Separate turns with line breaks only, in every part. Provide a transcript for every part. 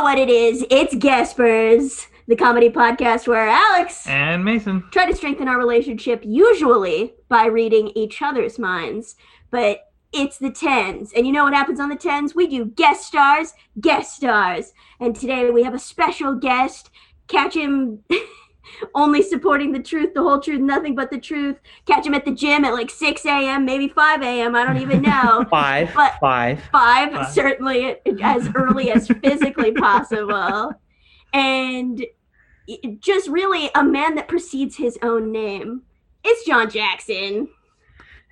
guys, it's Gaspers, the comedy podcast where Alex
And Mason.
try to strengthen our relationship usually by reading each other's minds, but it's the tens. And you know what happens on the tens? We do guest stars, guest stars. And today we have a special guest. Catch him only supporting the truth, the whole truth, nothing but the truth. Catch him at the gym at like 6 a.m., maybe 5 a.m. I don't even know.
Five.
But-
Five.
five,
Five.
certainly as early as physically possible, and i- just really a man that precedes his own name. It's John Jackson.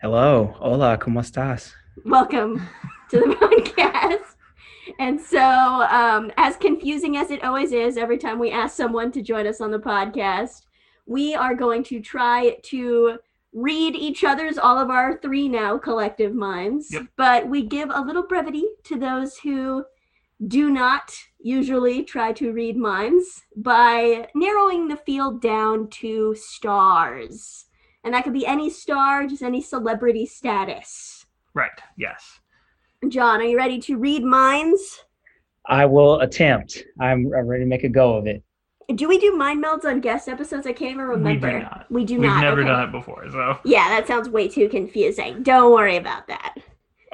Hello. Hola. ¿Cómo estás?
Welcome to the podcast. And so, um, as confusing as it always is, every time we ask someone to join us on the podcast, we are going to try to read each other's all of our three now collective minds
Yep.
but we give a little brevity to those who do not usually try to read minds by narrowing the field down to stars and that could be any star just any celebrity status
Right. Yes.
john are you ready to read minds
I will attempt. I'm, I'm ready to make a go of it.
do we do mind melds on guest episodes i can't even
We do
remember
not.
we do
We've
not,
never
okay.
done it before, so
yeah that sounds way too confusing don't worry about that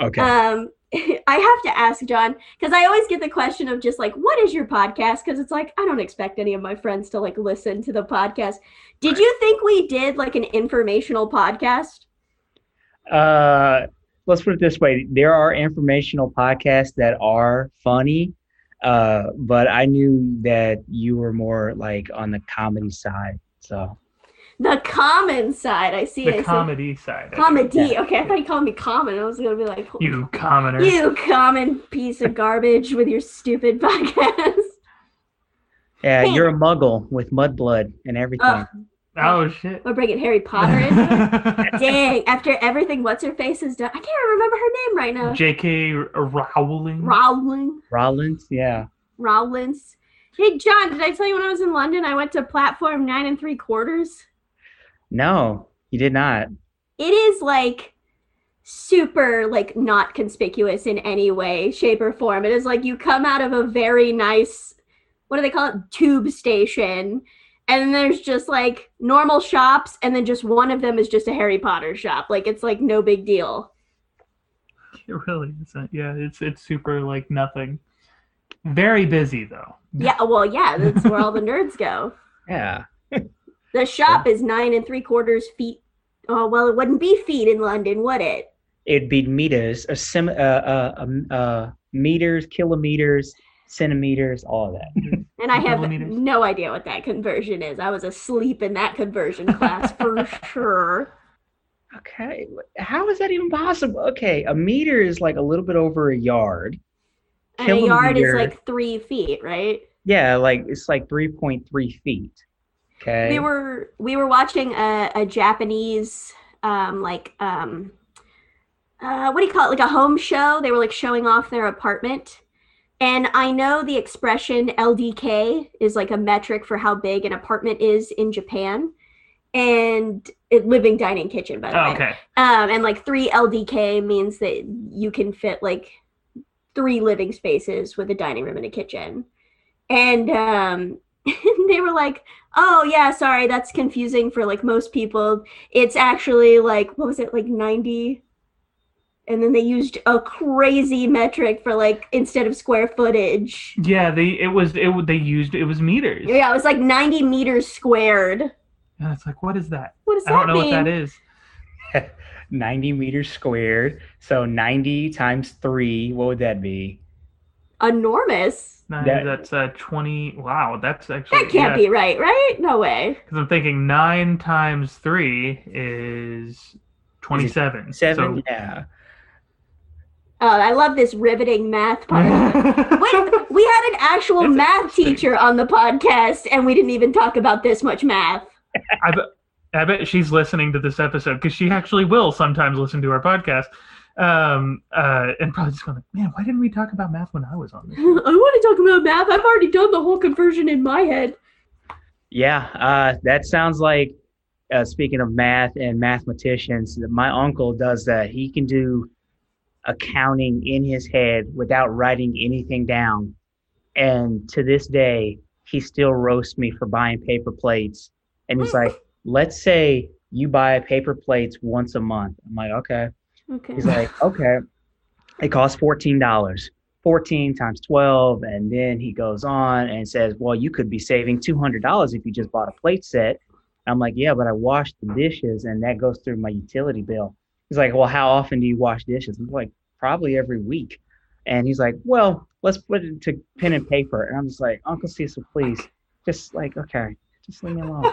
Okay.
Um, I have to ask John because I always get the question of just like, what is your podcast? Because it's like I don't expect any of my friends to like listen to the podcast. Did you think we did like an informational podcast?
Uh, let's put it this way: there are informational podcasts that are funny, uh, but I knew that you were more like on the comedy side. So
The common side, I see. I
the
see.
comedy side. of it.
comedy.
Yeah.
Okay, I thought you called me common. I was gonna be like,
You commoner.
you common piece of garbage with your stupid podcast.
yeah,
Hey. Uh.
you're a muggle with mud blood and everything.
Ugh.
Oh shit.
We're bringing Harry Potter in. Dang! After everything, what's her face has done, I can't remember her name right now.
J.K. Rowling.
Rowling.
Rollins. Yeah.
Rollins. Hey John, did I tell you when I was in London I went to platform nine and three quarters?
No, you did not.
It is like super like not conspicuous in any way, shape, or form. It is like you come out of a very nice what do they call it? Tube station. And there's just like normal shops, and then just one of them is just a Harry Potter shop. Like it's like no big deal.
It really isn't. Yeah, it's it's super like nothing. Very busy though.
Yeah, well, yeah, that's where all the nerds go.
Yeah.
The shop is nine and three quarters feet. Oh well, it wouldn't be feet in London, would it?
It'd be meters, a sim, uh, uh, um, uh, meters, kilometers, centimeters, all of that.
And I have
Millimeters.
no idea what that conversion is. I was asleep in that conversion class for sure.
Okay, how is that even possible? Okay, a meter is like a little bit over a yard.
And a yard is
Kilometer.
like three feet, right?
Yeah, like it's like three point three feet. Okay.
We were we were watching a, a Japanese um like um uh what do you call it? Like a home show. They were like showing off their apartment. And I know the expression LDK is like a metric for how big an apartment is in Japan. And it, living, dining, kitchen, by the way.
Oh, okay.
Um, and like three LDK means that you can fit like three living spaces with a dining room and a kitchen. And um, they were like, oh, yeah, sorry, that's confusing for like most people. It's actually like, what was it, like 90? And then they used a crazy metric for like instead of square footage.
Yeah, they it was it w- they used it was meters.
Yeah, it was like 90 meters squared.
And it's like what is that?
What does
I
that
don't know
mean?
what that is.
90 meters squared. So 90 times 3, what would that be?
Enormous.
No,
That-
that's uh, twenty. Wow, that's actually
That can't
yeah.
be right, right? No way.
Because I'm thinking nine times three is twenty-seven.
7? yeah.
Oh, I love this riveting math
So...
part. Wait, we had an actual
That's
math
interesting.
teacher on the podcast, and we didn't even talk about this much math.
I bet she's listening to this episode because she actually will sometimes listen to our podcast. Um, uh, and probably just going like, man, why didn't we talk about math when I was on
I
this?
want to talk about math. I've already done the whole conversion in my head.
Yeah, uh, that sounds like uh, speaking of math and mathematicians, my uncle does that. He can do accounting in his head without writing anything down. And to this day, he still roasts me for buying paper plates. And he's like, let's say you buy paper plates once a month. I'm like, okay.
Okay.
He's like, okay. It costs fourteen dollars. Fourteen times twelve, and then he goes on and says, "Well, you could be saving two hundred dollars if you just bought a plate set." I'm like, "Yeah, but I wash the dishes, and that goes through my utility bill." He's like, "Well, how often do you wash dishes?" I'm like, "Probably every week." And he's like, "Well, let's put it to pen and paper." And I'm just like, "Uncle Cecil, please, just like, okay, just leave me alone."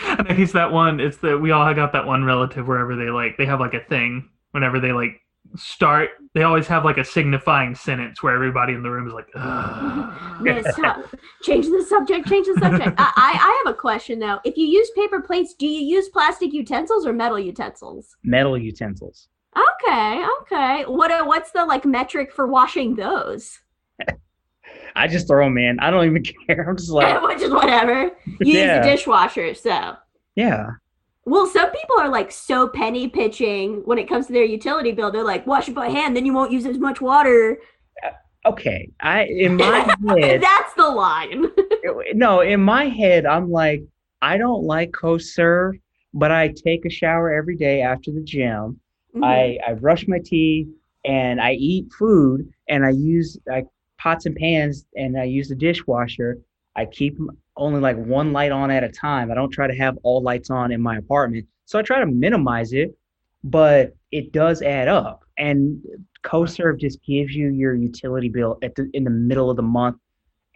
I think it's that one. It's that we all got that one relative wherever they like they have like a thing whenever they like start. They always have like a signifying sentence where everybody in the room is like, Ugh.
No, stop. change the subject. Change the subject. I, I, I have a question though. If you use paper plates, do you use plastic utensils or metal utensils?
Metal utensils.
Okay. Okay. What uh, what's the like metric for washing those?
I just throw them in. I don't even care. I'm just like,
Which is whatever. You
Yeah.
use a dishwasher, so.
yeah.
Well, some people are like so penny pitching when it comes to their utility bill. They're like, wash it by hand, then you won't use as much water.
okay i in my head
That's the line.
no in my head i'm like i don't like coast serve but i take a shower every day after the gym i i brush my teeth and i eat food and i use like pots and pans and i use the dishwasher i keep m- only like one light on at a time i don't try to have all lights on in my apartment so i try to minimize it but it does add up and CoServe just gives you your utility bill at the, in the middle of the month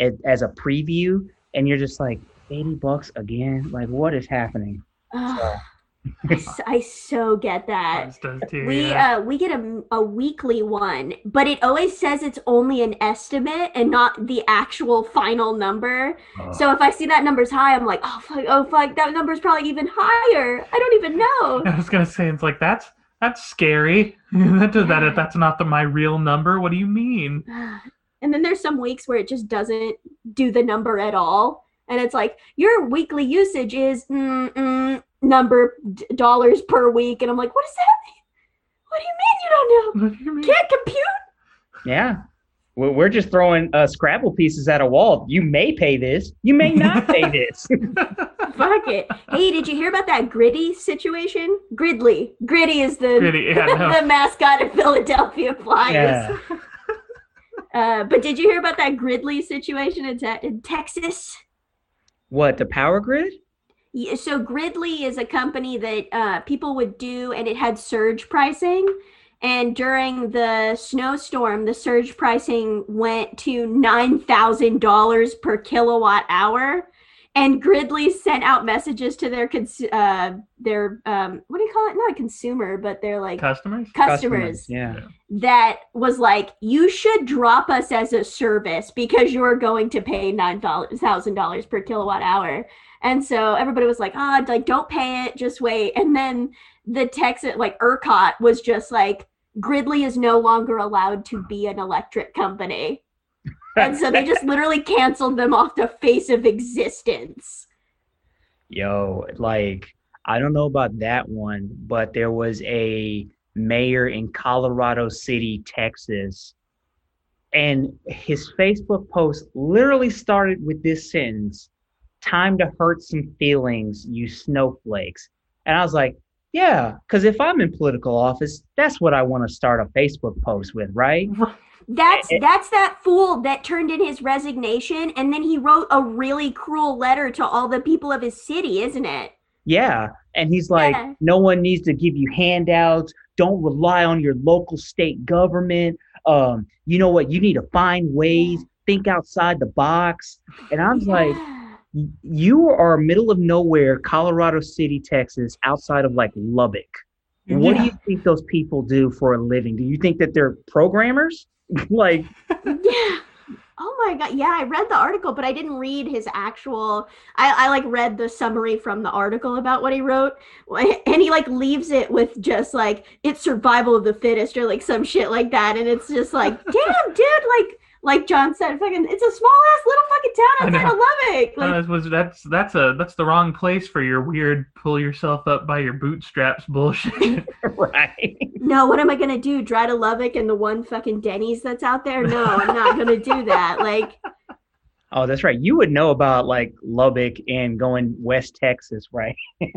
as, as a preview, and you're just like eighty bucks again. Like, what is happening?
Ugh, I, s- I so get that.
Ours does too.
We
yeah.
uh, we get a, a weekly one, but it always says it's only an estimate and not the actual final number. So if I see that number's high, I'm like, oh fuck, oh fuck, that number's probably even higher. I don't even know.
I was gonna say it's like that's that's scary. that that that's not the my real number. What do you mean?
and then there's some weeks where it just doesn't do the number at all and it's like your weekly usage is mm, mm, number d- dollars per week and i'm like what does that mean what do you mean you don't
What do you mean?
know can't compute
Yeah, we're, we're just throwing uh, Scrabble pieces at a wall. You may pay this, you may not pay this.
fuck it hey did you hear about that gritty situation gridley gritty is the
Really, yeah, no.
the mascot of philadelphia flyers
Yeah.
uh, but did you hear about that gridley situation in, te- in texas
What the power grid?
Yeah, so Gridley is a company that uh, people would do, and it had surge pricing. And during the snowstorm, the surge pricing went to nine thousand dollars per kilowatt hour. And Gridley sent out messages to their cons- uh, their um, what do you call it? Not a consumer, but they're like
Customers?
customers
Yeah.
that was like, you should drop us as a service because you're going to pay nine thousand dollars per kilowatt hour. And so everybody was like, ah, like don't pay it, just wait. And then the Texas, like ERCOT, was just like, Gridley is no longer allowed to be an electric company. And so they just literally canceled them off the face of existence.
Yo, like I don't know about that one, but there was a mayor in Colorado City, Texas, and his Facebook post literally started with this sentence, "Time to hurt some feelings, you snowflakes." And I was like, "Yeah, cuz if I'm in political office, that's what I want to start a Facebook post with, right?"
That's
It-
that's that fool that turned in his resignation and then he wrote a really cruel letter to all the people of his city, isn't it?
Yeah. And he's like,
Yeah.
no one needs to give you handouts. Don't rely on your local state government. Um, you know what? You need to find ways, think outside the box. And I'm like,
Yeah.
"Y- you are middle of nowhere, Colorado City, Texas, outside of like Lubbock. What do you think those people do for a living? Do you think that they're programmers? like,
yeah. Oh my god. Yeah, I read the article, but I didn't read his actual I, I like read the summary from the article about what he wrote. And he like leaves it with just like it's survival of the fittest or like some shit like that. And it's just like, damn, dude, like like John said, fucking it's a small ass little fucking
I
town outside
know.
of Lubbock. Like,
Uh, that was that's that's a that's the wrong place for your weird pull yourself up by your bootstraps bullshit.
right?
no, what am I gonna do? Drive to Lubbock and the one fucking Denny's that's out there? No, I'm not gonna do that. Like,
Oh, that's right. You would know about like Lubbock and going West Texas, right?
I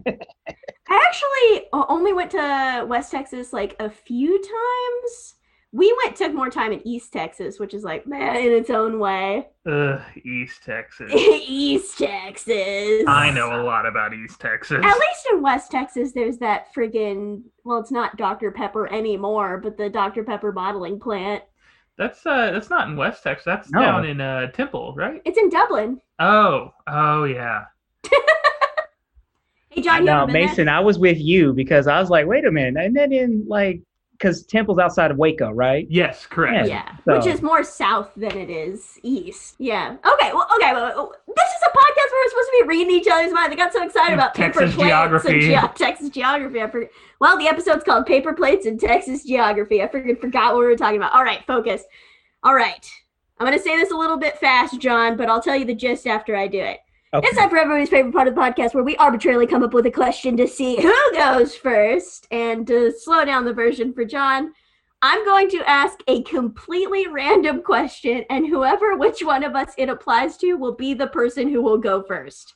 actually o- only went to West Texas like a few times. We went took more time in East Texas, which is like man in its own way.
Ugh, East Texas.
East Texas.
I know a lot about East Texas.
At least in West Texas, there's that friggin' well, it's not Dr Pepper anymore, but the Dr Pepper bottling plant.
That's uh, that's not in West Texas. That's
No.
down in uh Temple, right?
It's in Dublin.
Oh, oh yeah.
Hey John, you
no,
haven't been there?
Mason, I was with you because I was like, wait a minute, and then in like because Temple's outside of Waco, right?
Yes, correct.
Yeah,
So-
which is more south than it is east. Yeah. Okay. Well. Okay. Well, well, this is a podcast where we're supposed to be reading each other's minds. I got so excited
And
about
Texas
paper plates
geography.
and geo- Texas geography. I forgot. Well, the episode's called "Paper Plates and Texas Geography." I freaking forgot what we were talking about. All right, focus. All right. I'm gonna say this a little bit fast, John, but I'll tell you the gist after I do it.
Okay.
It's time for everybody's favorite part of the podcast where we arbitrarily come up with a question to see who goes first. And to slow down the version for John, I'm going to ask a completely random question, and whoever, which one of us it applies to, will be the person who will go first.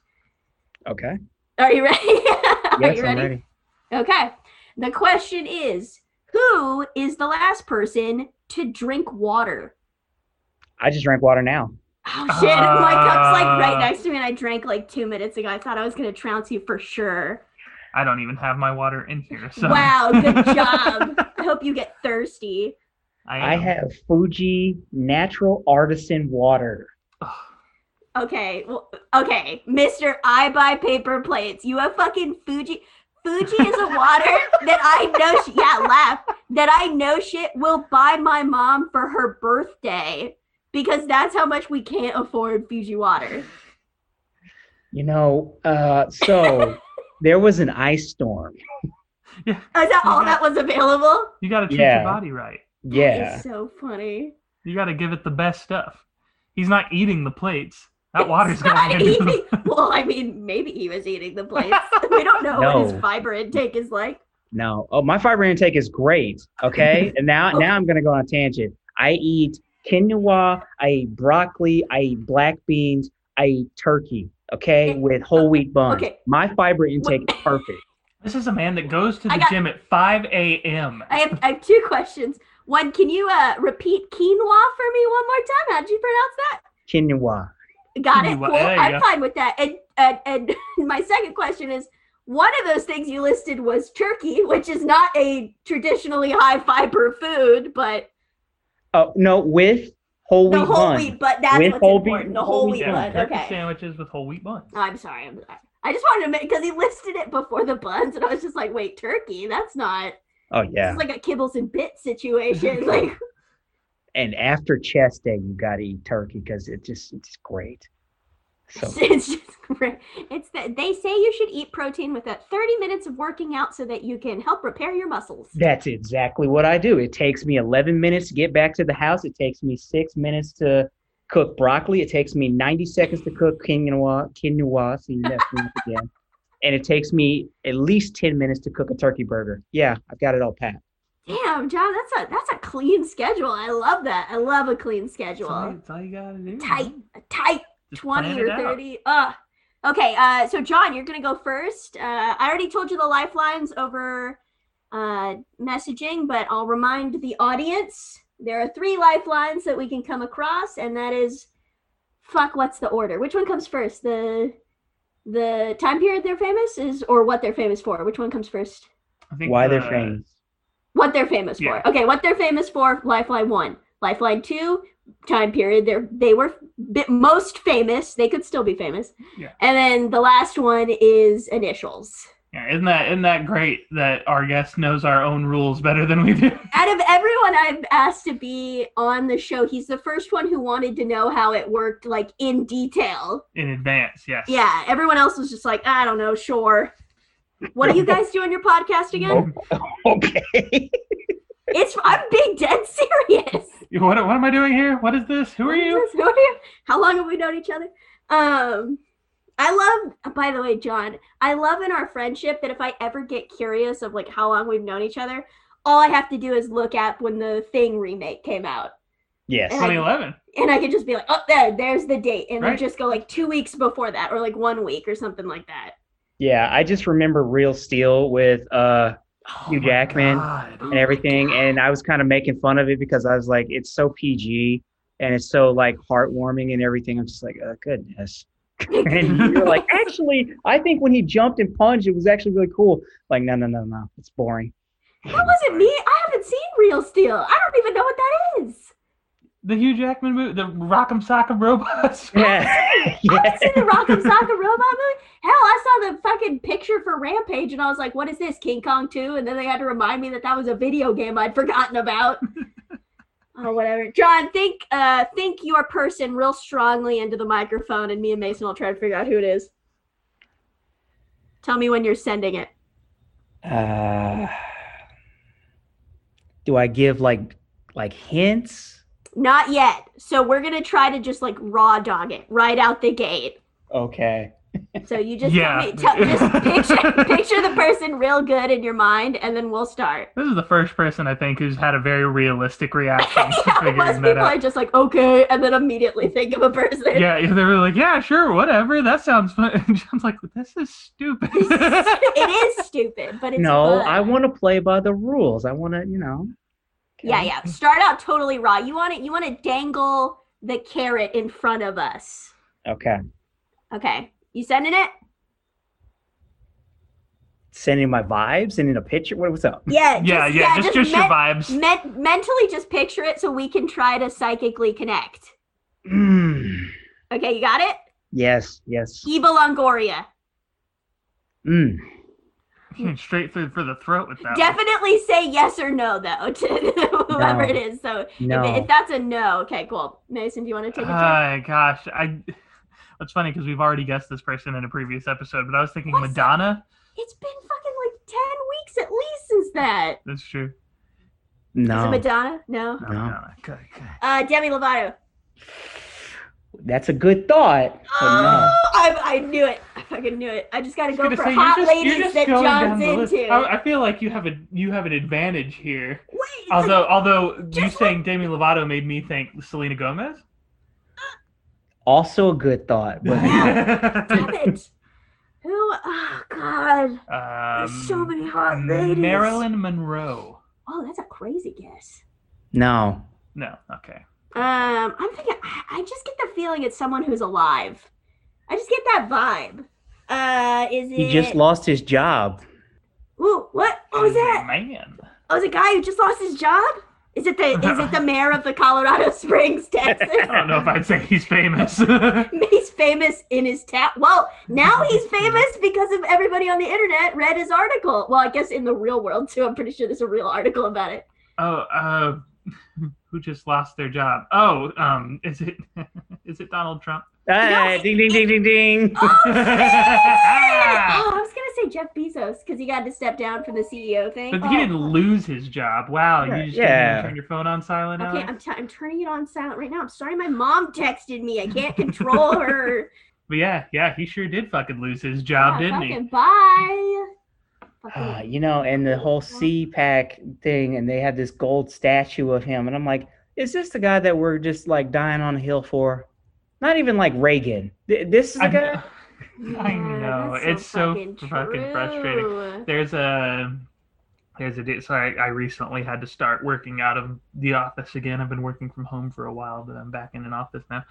okay.
Are you ready? Are
Yes,
you
I'm
ready?
ready.
Okay. The question is Who is the last person to drink water?
I just drank water now.
Oh shit, my cup's like right
Uh.
next to me, and I drank like two minutes ago. I thought I was going to trounce you for sure.
I don't even have my water in here. So
Wow, good job. I hope you get thirsty.
I,
I
am.
have Fuji natural artisan water.
Ugh.
Okay, well, okay, Mister, I buy paper plates. You have fucking Fuji. Fuji is a water that I know. Sh- yeah, laugh. That I know shit will buy my mom for her birthday because that's how much we can't afford Fuji water.
You know, uh, so there was an ice storm.
Is that all that was available?
You got to treat
Yeah.
your body right.
Yeah.
It's so funny.
You got to give it the best stuff. He's not eating the plates. That
It's
water's going
not
into the
eating. Well, I mean, maybe he was eating the plates. we don't know what
No.
his fiber intake is like.
No. Oh, my fiber intake is great. Okay. and now,
Oh.
now I'm gonna go on a tangent. I eat quinoa. I eat broccoli. I eat black beans. I eat turkey. Okay,
Okay.
with whole wheat buns.
Okay.
My fiber intake is perfect.
This is a man that goes to
I
the
got-
gym at 5 a.m.
I have, I have two questions. One, can you uh, repeat quinoa for me one more time? How did you pronounce that?
Quinoa.
Got it.
Quinoa,
Cool.
there you
I'm
go.
fine with that. And, and and my second question is, one of those things you listed was turkey, which is not a traditionally high fiber food, but
Oh no, with whole wheat
the whole
bun.
wheat. But that's
With
what's
whole wheat-
important. The whole wheat
Yeah,
bun.
turkey
Okay.
sandwiches with whole wheat buns.
Oh, I'm sorry. I'm, I just wanted to make because he listed it before the buns, and I was just like, wait, turkey? That's not.
Oh
This
yeah.
is like a kibbles and bits situation. Like,
And after chest day, you gotta eat turkey because it just it's great. So
It's just great. It's that they say you should eat protein with that 30 minutes of working out so that you can help repair your muscles.
That's exactly what I do. It takes me 11 minutes to get back to the house. It takes me six minutes to cook broccoli. It takes me 90 seconds to cook quinoa. Quinoa, see that's me again. And it takes me at least 10 minutes to cook a turkey burger. Yeah, I've got it all packed.
Damn, John, that's a that's a clean schedule. I love that. I love a clean
That's all,
schedule.
that's all you got to do. man.
Tight, a tight
Just
20
plan
or
it out.
30. Ugh. Okay, uh, so John, you're gonna go first. Uh, I already told you the lifelines over uh, messaging, but I'll remind the audience there are three lifelines that we can come across, and that is, fuck, what's the order? Which one comes first? The the time period they're famous is, or what they're famous for? Which one comes first?
I think
Why they're
the-
famous.
What they're famous
Yeah.
for? Okay, what they're famous for? Lifeline one, lifeline two, time period they're they were bit most famous. They could still be famous.
Yeah.
And then the last one is initials.
Yeah, isn't that isn't that great that our guest knows our own rules better than we do?
out of everyone I've asked to be on the show, he's the first one who wanted to know how it worked, like in detail.
In advance, yes.
Yeah, everyone else was just like, I don't know, sure. What do you guys do on your podcast again?
Oh, Okay.
It's I'm being dead serious.
What, what am I doing here? What is this? Who are
What is
you?
this? Who are you? How long have we known each other? Um, I love. By the way, John, I love in our friendship that if I ever get curious of like how long we've known each other, all I have to do is look up when the Thing remake came out,
Yes.
And I-
2011.
and I could just be like, oh, there, there's the date, and
Right.
then just go like two weeks before that, or like one week, or something like that.
Yeah, I just remember Real Steel with uh Hugh
my
Jackman.
God.
Oh
and
my
everything,
Oh God.
and I was kind of making fun of it because I was like, it's so PG and it's so like heartwarming and everything. I'm just like, oh, goodness. and you're like, actually, I think when he jumped and punched, it was actually really cool. Like, no, no, no, no, it's boring.
That wasn't me. I haven't seen Real Steel. I don't even know what that is.
The Hugh Jackman movie, the Rock'em Sock'em Robots.
Yeah,
I
yeah.
haven't seen the Rock'em Sock'em Robot movie. Hell, I saw the fucking picture for Rampage, and I was like, "What is this, King Kong 2? And then they had to remind me that that was a video game I'd forgotten about. oh, whatever. John, think, uh, think your person real strongly into the microphone, and me and Mason will try to figure out who it is. Tell me when you're sending it.
Uh, do I give like like hints?
Not yet. So we're gonna try to just like raw dog it right out the gate.
Okay.
So you just
Yeah.
tell me, tell, just picture picture the person real good in your mind, and then we'll start.
This is the first person I think who's had a very realistic reaction to
yeah, most
figuring
people
that
are
out.
just like okay, and then immediately think of a person.
Yeah, they were like, "Yeah, sure, whatever. That sounds fun." And John's like, "This is stupid."
it is stupid, but it's
No,
fun.
I want to play by the rules. I want to, you know.
yeah yeah. Start out totally raw. You want to you want to dangle the carrot in front of us.
Okay.
Okay, you sending it?
Sending my vibes, sending a picture. What, what's up?
Yeah
yeah, yeah, just just your
men-
vibes.
men- mentally just picture it so we can try to psychically connect.
Mm.
Okay, you got it?
Yes, yes.
Eva Longoria.
Mm.
Straight through for the throat with that. one.
Mm-hmm. Definitely say yes or no though to whoever
No.
it is. So if- if,
No.
that's a no, okay, cool. Mason, do you want to take a turn?
Ah, gosh, I. That's funny because we've already guessed this person in a previous episode, but I was thinking
What's-
Madonna.
It's been fucking like ten weeks at least since that.
That's true.
Is it
No.
Madonna? No.
No,
No.
Madonna. Okay, okay.
Uh, Demi Lovato.
That's a good thought. But no.
Oh, I, I knew it. I fucking knew it. I just gotta
Just
go
gonna
for
say, you're
hot
just- you're
ladies
just
that
going
John's
down the list. Oh,
into.
I, I feel like you have a you have an advantage here.
Wait,
Although although you
Just
saying Demi Lovato made me think Selena Gomez.
Also a good thought. But no.
damn it. Who? Oh God.
um,
There's so many hot
mm,
ladies.
Marilyn Monroe.
Oh, that's a crazy guess.
no.
No, okay.
Um, I'm thinking. I, I just get the feeling it's someone who's alive. I just get that vibe. Uh, is it?
He just Mm. lost his job.
Ooh, what? What was
She's a
that?
Man.
Oh, it was a guy who just lost his job. Is it the? Is it the mayor of the Colorado Springs, Texas?
I don't know if I'd say he's famous. yeah,
He's famous in his town. Well, now he's famous because of everybody on the internet read his article. Well, I guess in the real world too. I'm pretty sure there's a real article about it.
Oh, uh, who just lost their job? Oh, um, is it is it Donald Trump?
Ah,
No.
ding, ding, ding, ding, ding.
but
Oh, I was gonna say Jeff Bezos because he got to step down from the CEO thing.
he
Oh.
didn't lose his job. Wow,
Yeah,
you just didn't
yeah.
even turn your phone on silent.
Okay,
Alex?
I'm, t- I'm turning it on silent right now. I'm sorry, my mom texted me. I can't control her.
But yeah, yeah, he sure did fucking lose his
Yeah,
job, didn't he?
fucking bye. Fucking-
Ah, you know, and the whole CPAC thing, and they had this gold statue of him. And I'm like, is this the guy that we're just like dying on a hill for? Not even like Reagan. Th- this is the
I
guy?
know. I know,
that's
it's so fucking frustrating.
true.
There's a there's a day. So I, I recently had to start working out of the office again. I've been working from home for a while, but I'm back in an office now.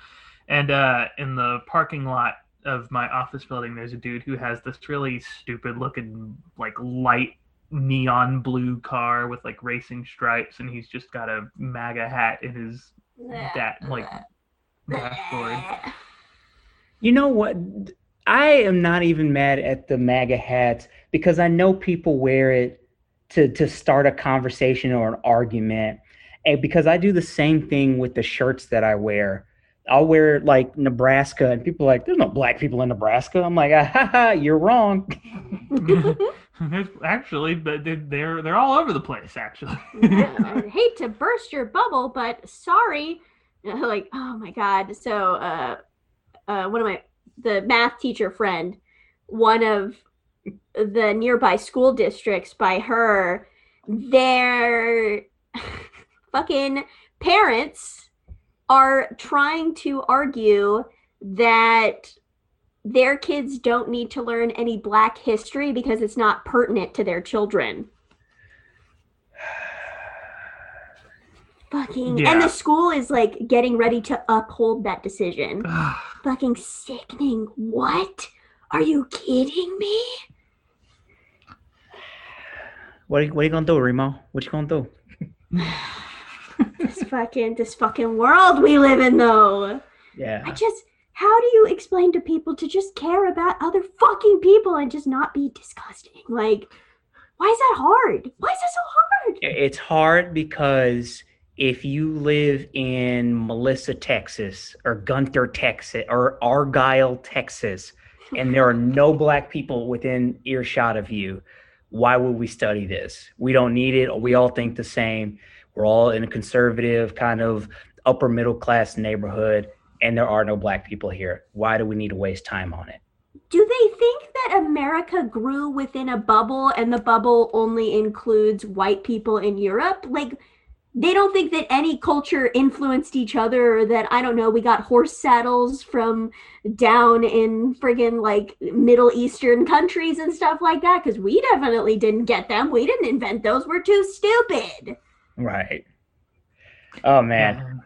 And uh, in the parking lot of my office building, there's a dude who has this really stupid looking like light neon blue car with like racing stripes, and he's just got a MAGA hat in his that like dashboard.
You know what? I am not even mad at the MAGA hats because I know people wear it to to start a conversation or an argument. And because I do the same thing with the shirts that I wear. I'll wear like Nebraska and people are like, there's no black people in Nebraska. I'm like, ah, ha, ha, you're wrong.
There's- actually, but they're- they're they're all over the place. Actually,
I I hate to burst your bubble, but sorry. Like, oh my god. So, uh, uh, one of my the math teacher friend, one of the nearby school districts by her, their fucking parents are trying to argue that their kids don't need to learn any black history because it's not pertinent to their children. Fucking and
Yeah.
the school is like getting ready to uphold that decision.
Ugh.
Fucking sickening. What? Are you kidding me?
What are, what are you gonna do, Remo? What you gonna do?
This fucking this fucking world we live in though. I
Yeah.
just how do you explain to people to just care about other fucking people and just not be disgusting? Like why is that hard? Why is that so hard?
It's hard because if you live in Melissa, Texas, or Gunther, Texas, or Argyle, Texas, and there are no black people within earshot of you, why would we study this? We don't need it. We all think the same. We're all in a conservative kind of upper middle class neighborhood, and there are no black people here. Why do we need to waste time on it?
Do they think that America grew within a bubble and the bubble only includes white people in Europe? Like, they don't think that any culture influenced each other, or that, I don't know, we got horse saddles from down in friggin' like Middle Eastern countries and stuff like that, because we definitely didn't get them. We didn't invent those. We're too stupid.
Right. Oh man.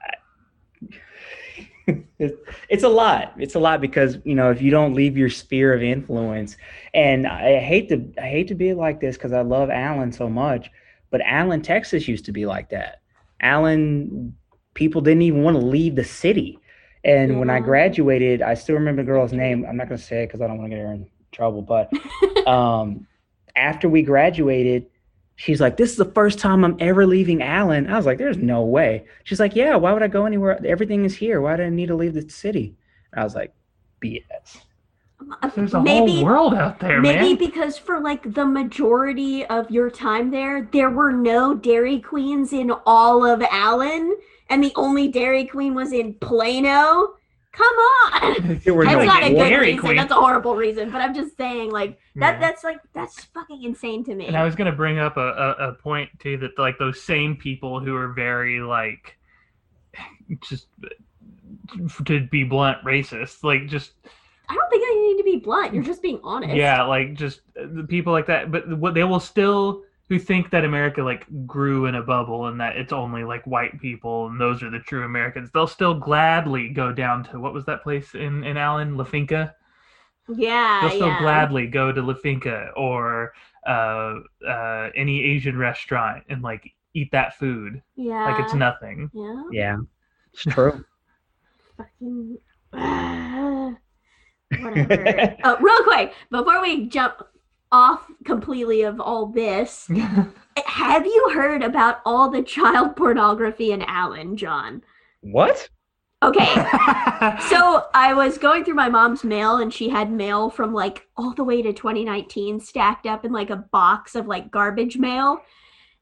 It- it's a lot it's a lot because you know if you don't leave your sphere of influence and i hate to i hate to be like this because i love allen so much but allen texas used to be like that allen people didn't even want to leave the city and when i
Yeah.
graduated i still remember the girl's name i'm not going to say it because i don't want to get her in trouble but um, after we graduated She's like, this is the first time I'm ever leaving Allen. I was like, there's no way. She's like, yeah, why would I go anywhere? Everything is here. Why do I need to leave the city? I was like, BS.
There's a
Maybe
whole world out there,
Maybe
man.
because for like the majority of your time there, there were no Dairy Queens in all of Allen, and the only Dairy Queen was in Plano. Come on,
There were
that's
no
not a good
Dairy
reason.
Queen.
That's a horrible reason. But I'm just saying, like that.
Yeah.
That's like that's fucking insane to me.
And I was gonna bring up a, a, a point too that like those same people who are very like just to be blunt racist like just
I don't think I need to be blunt. You're just being honest.
yeah like just uh, the people like that but what they will still who think that America like grew in a bubble and that it's only like white people and those are the true Americans they'll still gladly go down to what was that place in in Allen Lafinka
yeah,
they'll still
yeah.
gladly go to La Finca or uh, uh, any Asian restaurant and like eat that food
yeah,
like it's nothing.
yeah.
Yeah, it's true.
fucking whatever. oh, real quick, before we jump off completely of all this, have you heard about all the child pornography in Allen, John?
what?
Okay. So I was going through my mom's mail, and she had mail from like all the way to 2019 stacked up in like a box of like garbage mail.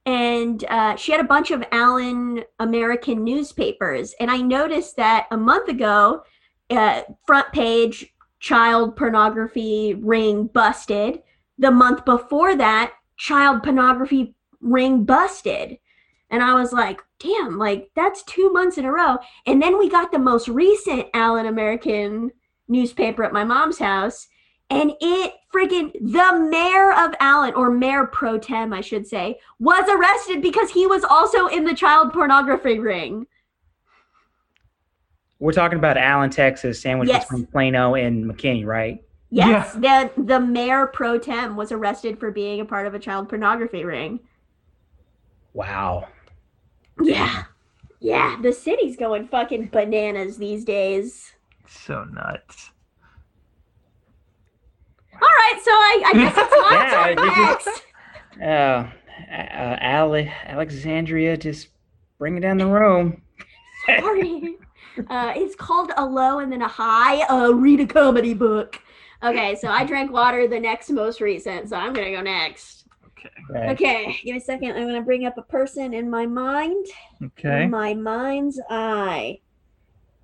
And uh, she had a bunch of Allen American newspapers. And I noticed that a month ago, uh, front page child pornography ring busted. The month before that, child pornography ring busted. And I was like, damn, like that's two months in a row. And then we got the most recent Allen American newspaper at my mom's house. And it friggin' the mayor of Allen, or mayor pro tem, I should say, was arrested because he was also in the child pornography ring.
We're talking about Allen, Texas, sandwich
Yes.
between Plano and McKinney, right?
Yes, the the mayor pro tem was arrested for being a part of a child pornography ring.
Wow.
Yeah, yeah, the city's going fucking bananas these days.
so nuts.
All right, so I, I guess it's my
Yeah,
turn
I think
next.
Uh, uh, Ale- Alexandria, just bring it down the room.
Sorry. Uh, it's called A Low and Then a High. Uh, read a comedy book. Okay, so I drank water the next most recent, so I'm gonna go next.
Right.
Okay, give me a second. I'm gonna bring up a person in my mind.
Okay.
In my mind's eye.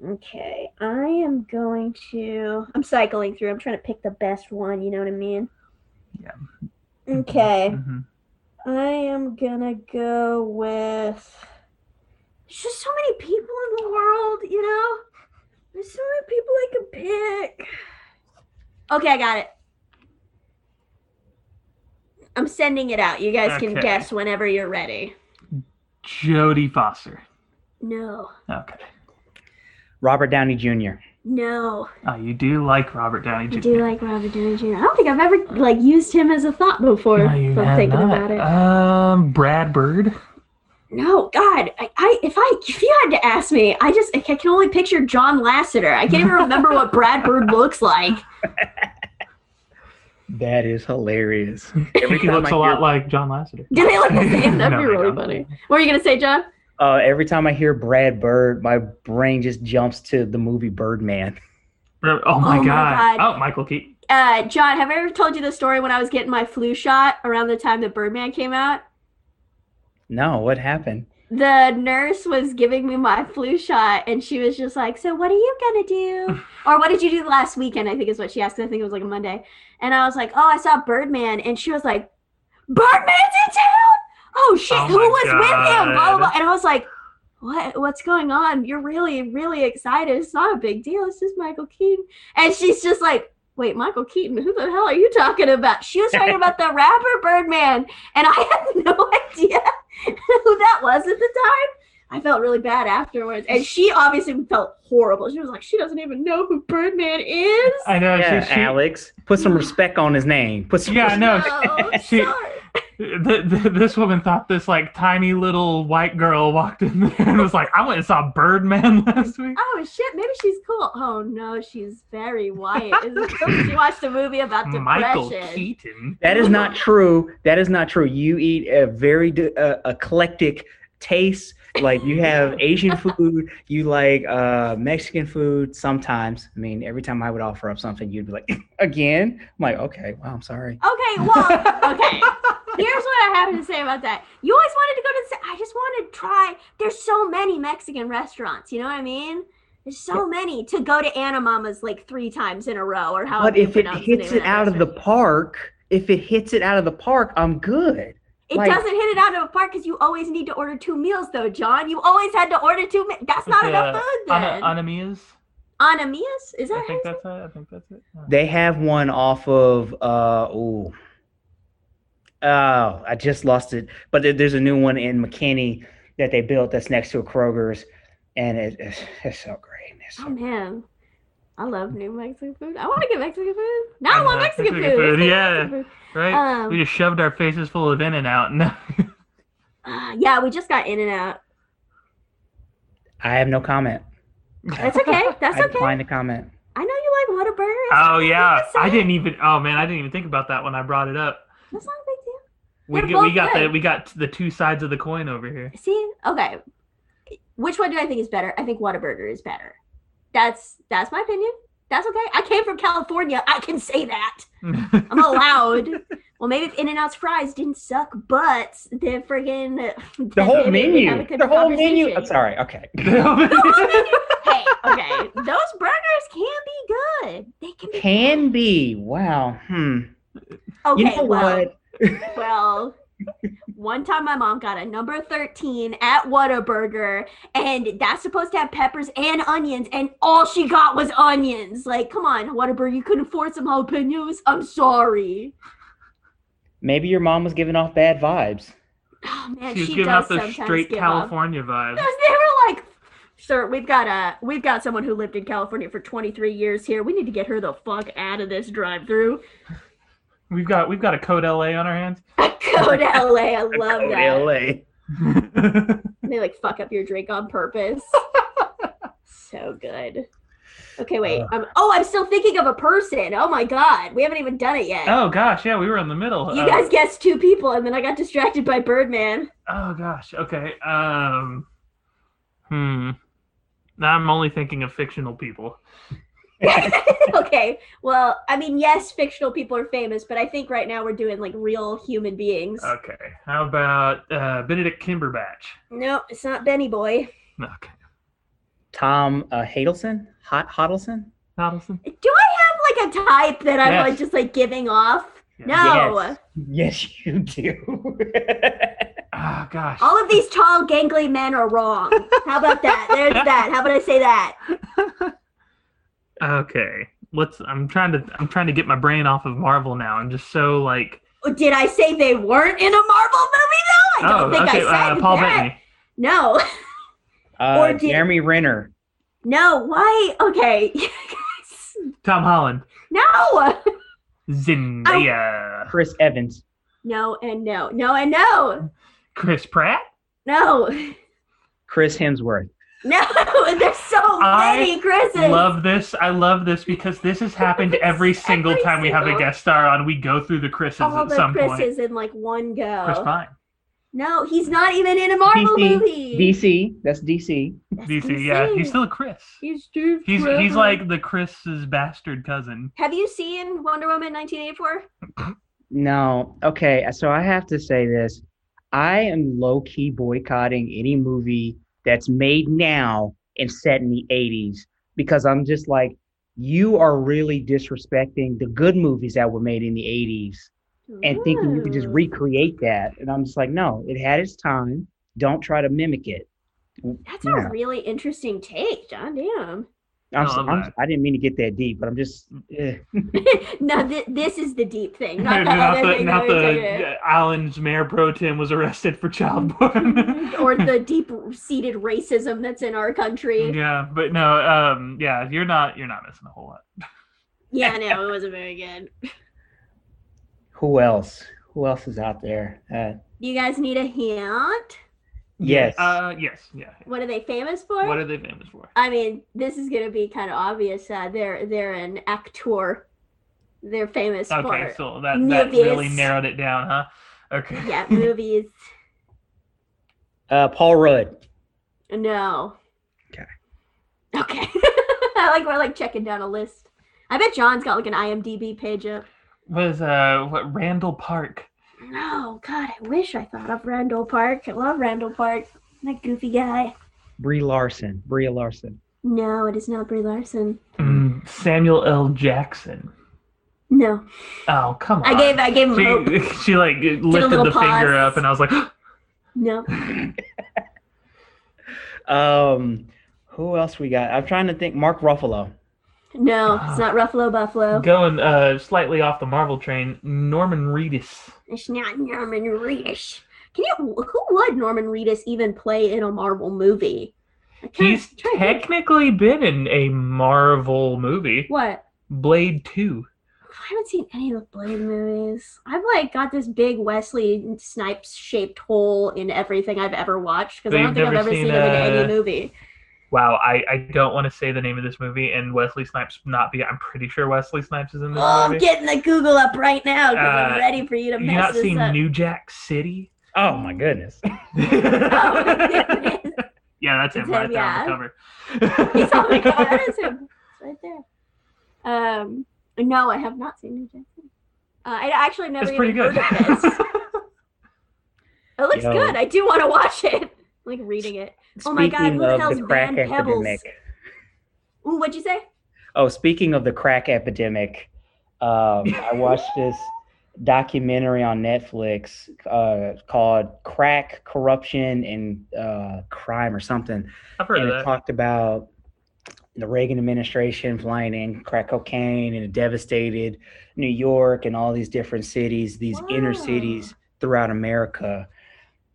Okay, I am going to. I'm cycling through. I'm trying to pick the best one. You know what I mean?
Yeah. Mm-hmm.
Okay.
Mhm.
I am gonna go with there's just so many people in the world, you know? There's so many people I could pick. Okay, I got it. I'm sending it out. You guys can
Okay.
guess whenever you're ready.
Jodie Foster.
No.
Okay.
Robert Downey Jr.
No.
Oh, you do like Robert Downey Jr.
I do like Robert Downey Jr. I don't think I've ever like used him as a thought before.
No, you
if I'm
have
thinking
not.
about it.
Um, Brad Bird.
no, God, I, I if I if you had to ask me, I just I can only picture John Lasseter. I can't even remember what Brad Bird looks like.
That is hilarious.
he looks a lot like John Lasseter.
Do they look the same? That'd
No,
be
they
really
don't.
funny. What were you gonna say, John?
Uh, every time I hear Brad Bird, my brain just jumps to the movie Birdman.
Oh my,
Oh my
god.
God.
Oh, Michael Keaton.
Uh, John, have I ever told you the story when I was getting my flu shot around the time that Birdman came out?
No, what happened?
the nurse was giving me my flu shot and she was just like so what are you gonna do or what did you do last weekend i think is what she asked i think it was like a monday and i was like oh i saw birdman and she was like birdman's in town oh shit
Oh
who
my
was with him blah, blah
God.
blah and i was like what what's going on you're really really excited it's not a big deal it's just michael keaton and she's just like wait michael keaton who the hell are you talking about she was talking about the rapper birdman and i had no idea who that was at the time. I felt really bad afterwards. And she obviously felt horrible. She was like, she doesn't even know who Birdman is.
I know.
Yeah,
she, she,
Alex, put some respect on his name. Put some
Yeah, I
respect-
know.
Oh,
she-
sorry.
th- th- this woman thought this like tiny little white girl walked in there and was like, "I went and saw Birdman last week."
Oh shit, maybe she's cool. Oh no, she's very white. Is it because she watched a movie about Ah, depression?
Michael Keaton.
That is not true. That is not true. You eat a very d- uh, eclectic taste. Like you have Asian food, you like uh, Mexican food sometimes. I mean, every time I would offer up something, you'd be like, again? I'm like, okay, wow, I'm sorry.
Okay, well, okay. Here's what I have to say about that. You always wanted to go to. the- I just want to try. There's so many Mexican restaurants. You know what I mean? There's so many to go to Anna Mama's like three times in a row, or however.
But
you
if it
pronounce the
hits
name
it out of the
restaurant.
park, if it hits it out of the park, I'm good.
it
like-
doesn't hit it out of the park because you always need to order two meals, though, John. You always had to order two. Me- that's not enough
Yeah.
food
Ana-
then.
Anamias.
Ana Mia's? Is that?
I
how you say-
think that's it. I think that's it. Yeah.
They have one off of uh ooh. Oh, I just lost it. But there- there's a new one in McKinney that they built that's next to a Kroger's, and it, it's, it's so great. It's so-
Oh man, I love new Mexican food. I want to get Mexican food. Now I,
I
want
know,
Mexican food.
Mexican food,
Let's get
yeah.
Mexican food.
Right.
Um,
we just shoved our faces full of in and out. No.
Uh, yeah, we just got in and out.
I have no comment.
That's okay. Oh. That's
I
okay.
decline to comment.
I know you like Whataburger. That's
Oh
not a big
yeah.
deal.
I didn't even. Oh man, I didn't even think about that when I brought it up.
That's not a big deal.
We
They're
get, we
both
got the
good.
we got the two sides of the coin over here.
See, okay. Which one do I think is better? I think Whataburger is better. That's that's my opinion. That's okay. I came from California. I can say that. I'm allowed. well, maybe if In-N-Out's fries didn't suck, but the friggin'
The whole menu. The whole menu. I'm sorry. Okay.
Hey, okay, those burgers can be good. They can be.
Can be. Wow. Hmm.
Okay,
you know
well,
what?
Well, one time my mom got a number 13 at Whataburger, and that's supposed to have peppers and onions, and all she got was onions. Like, come on, Whataburger, you couldn't afford some jalapenos? I'm sorry.
Maybe your mom was giving off bad vibes.
Oh, man,
she was
she
giving
does
out
sometimes
the straight
give up.
California vibe.
Because they were like, "Sir, we've got a we've got someone who lived in California for 23 years here. We need to get her the fuck out of this drive-through."
We've got we've got a code LA on our hands.
Go to LA. I love
Go to
that.
LA.
And they like fuck up your drink on purpose. so good. Okay, wait.
Uh.
um, oh, I'm still thinking of a person. Oh my god, we haven't even done it yet.
oh gosh, yeah, we were in the middle.
You
Uh,
guys guessed two people, and then I got distracted by Birdman.
Oh gosh, okay. Um, hmm. Now I'm only thinking of fictional people.
okay, well, I mean, yes, fictional people are famous, but I think right now we're doing like real human beings.
Okay, how about uh, Benedict Kimberbatch?
No, it's not Benny Boy.
Okay,
Tom uh, Hadelson? Hot Hodelson?
Donaldson.
Do I have like a type that I'm
Yes.
like just like giving off?
Yeah.
No.
Yes. Yes, you do.
Oh, Oh gosh.
All of these tall, gangly men are wrong. How about that? There's that. How about I say that?
okay. Let's. I'm trying to. I'm trying to get my brain off of Marvel now. I'm just so like.
Oh, Did I say they weren't in a Marvel movie though? I don't
oh,
think
okay.
I said
uh, Paul
that.
Bettany.
No,
Uh,
Or did-
Jeremy Renner.
no. Why? Okay.
Tom Holland.
no, Oh.
Zendaya.
Chris Evans.
no, and no, no, and no,
Chris Pratt.
no,
Chris Hemsworth.
no. There's so
I
many Chris's.
Love this. I love this because this has happened every single
Every
time we have a
single-
guest star on. We go through the Chris's
all
at
the
some point.
Chris's in like one go.
Chris Pine.
No, he's not even in a Marvel
DC.
movie.
DC. That's DC.
That's
DC, yeah.
insane.
He's still a Chris.
He's Steve
He's he's
Trevor.
like the Chris's bastard cousin.
Have you seen Wonder Woman 1984?
No. Okay. So I have to say this. I am low key boycotting any movie that's made now and set in the 80s because I'm just like, you are really disrespecting the good movies that were made in the 80s and thinking you could just
Ooh.
recreate that. And I'm just like, no, it had its time. Don't try to mimic it.
That's
Yeah.
a really interesting take, John. Damn.
I'm,
I
so-
love
I'm,
that.
I didn't mean to get that deep, but I'm just. eh.
no, th- this is the deep thing, not the
not
other
the,
thing.
not
that we
the
did.
uh, Allen's mayor pro tem was arrested for childborn.
or the deep-seated racism that's in our country.
yeah, but no, um, yeah, you're not you're not missing a whole lot.
Yeah, no, it wasn't very good.
Who else? Who else is out there? Uh,
Do you guys need a hint?
yes.
Uh, yes, yeah.
What are they famous for?
What are they famous for?
I mean, this is gonna be kind of obvious. Uh, they're they're an actor. They're famous
Okay,
for
so that that really
Movies.
narrowed it down, huh? Okay.
yeah movies.
uh, Paul Rudd.
No.
Okay.
Okay. I like we're like checking down a list. I bet John's got like an IMDb page up.
Was uh what Randall Park?
No, Oh, God, I wish I thought of Randall Park. I love Randall Park. That goofy guy.
Brie Larson. Brie Larson.
No, it is not Brie Larson.
Mm, Samuel L. Jackson.
No,
Oh come on!
I gave I gave him hope.
she, she like lifted
little
the finger
pause.
up, and I was like,
No,
Um, who else we got? I'm trying to think. Mark Ruffalo.
no, it's not Ruffalo Buffalo.
going uh slightly off the Marvel train. Norman Reedus.
It's not Norman Reedus. Can you? Who would Norman Reedus even play in a Marvel movie? I kinda-
He's technically been in a Marvel movie,
what?
Blade Two.
I haven't seen any of the Blade movies. I've like got this big Wesley Snipes shaped hole in everything I've ever watched because
But
I don't think
you've
I've
never
ever seen,
seen,
him in
uh,
any movie.
Wow, I, I don't want to say the name of this movie and Wesley Snipes not be. I'm pretty sure Wesley Snipes is in this
Oh, I'm
movie.
getting the Google up right now because
Uh,
I'm ready for you to
Have you
mess
not
this
seen
up.
New Jack City?
Oh my goodness.
yeah,
Oh, it's
that's him
It's
right
him,
there
yeah.
on the
on
cover.
the cover. That is him. It's right there. Um, no, I have not seen New Jack City. Uh, I actually never
It's
even
pretty good.
heard of this. It looks
Yo.
good. I do want to watch it. Like reading it. Oh my God, who
Speaking
the
of
hell's
the crack
Van Pebbles?
epidemic.
Ooh, what'd you say?
Oh, speaking of the crack epidemic, um, I watched this documentary on Netflix uh, called "Crack, Corruption, and uh, Crime" or something,
I've heard
and
of
it
that.
talked about the Reagan administration flying in crack cocaine and it devastated New York and all these different cities, these inner
Wow.
cities throughout America.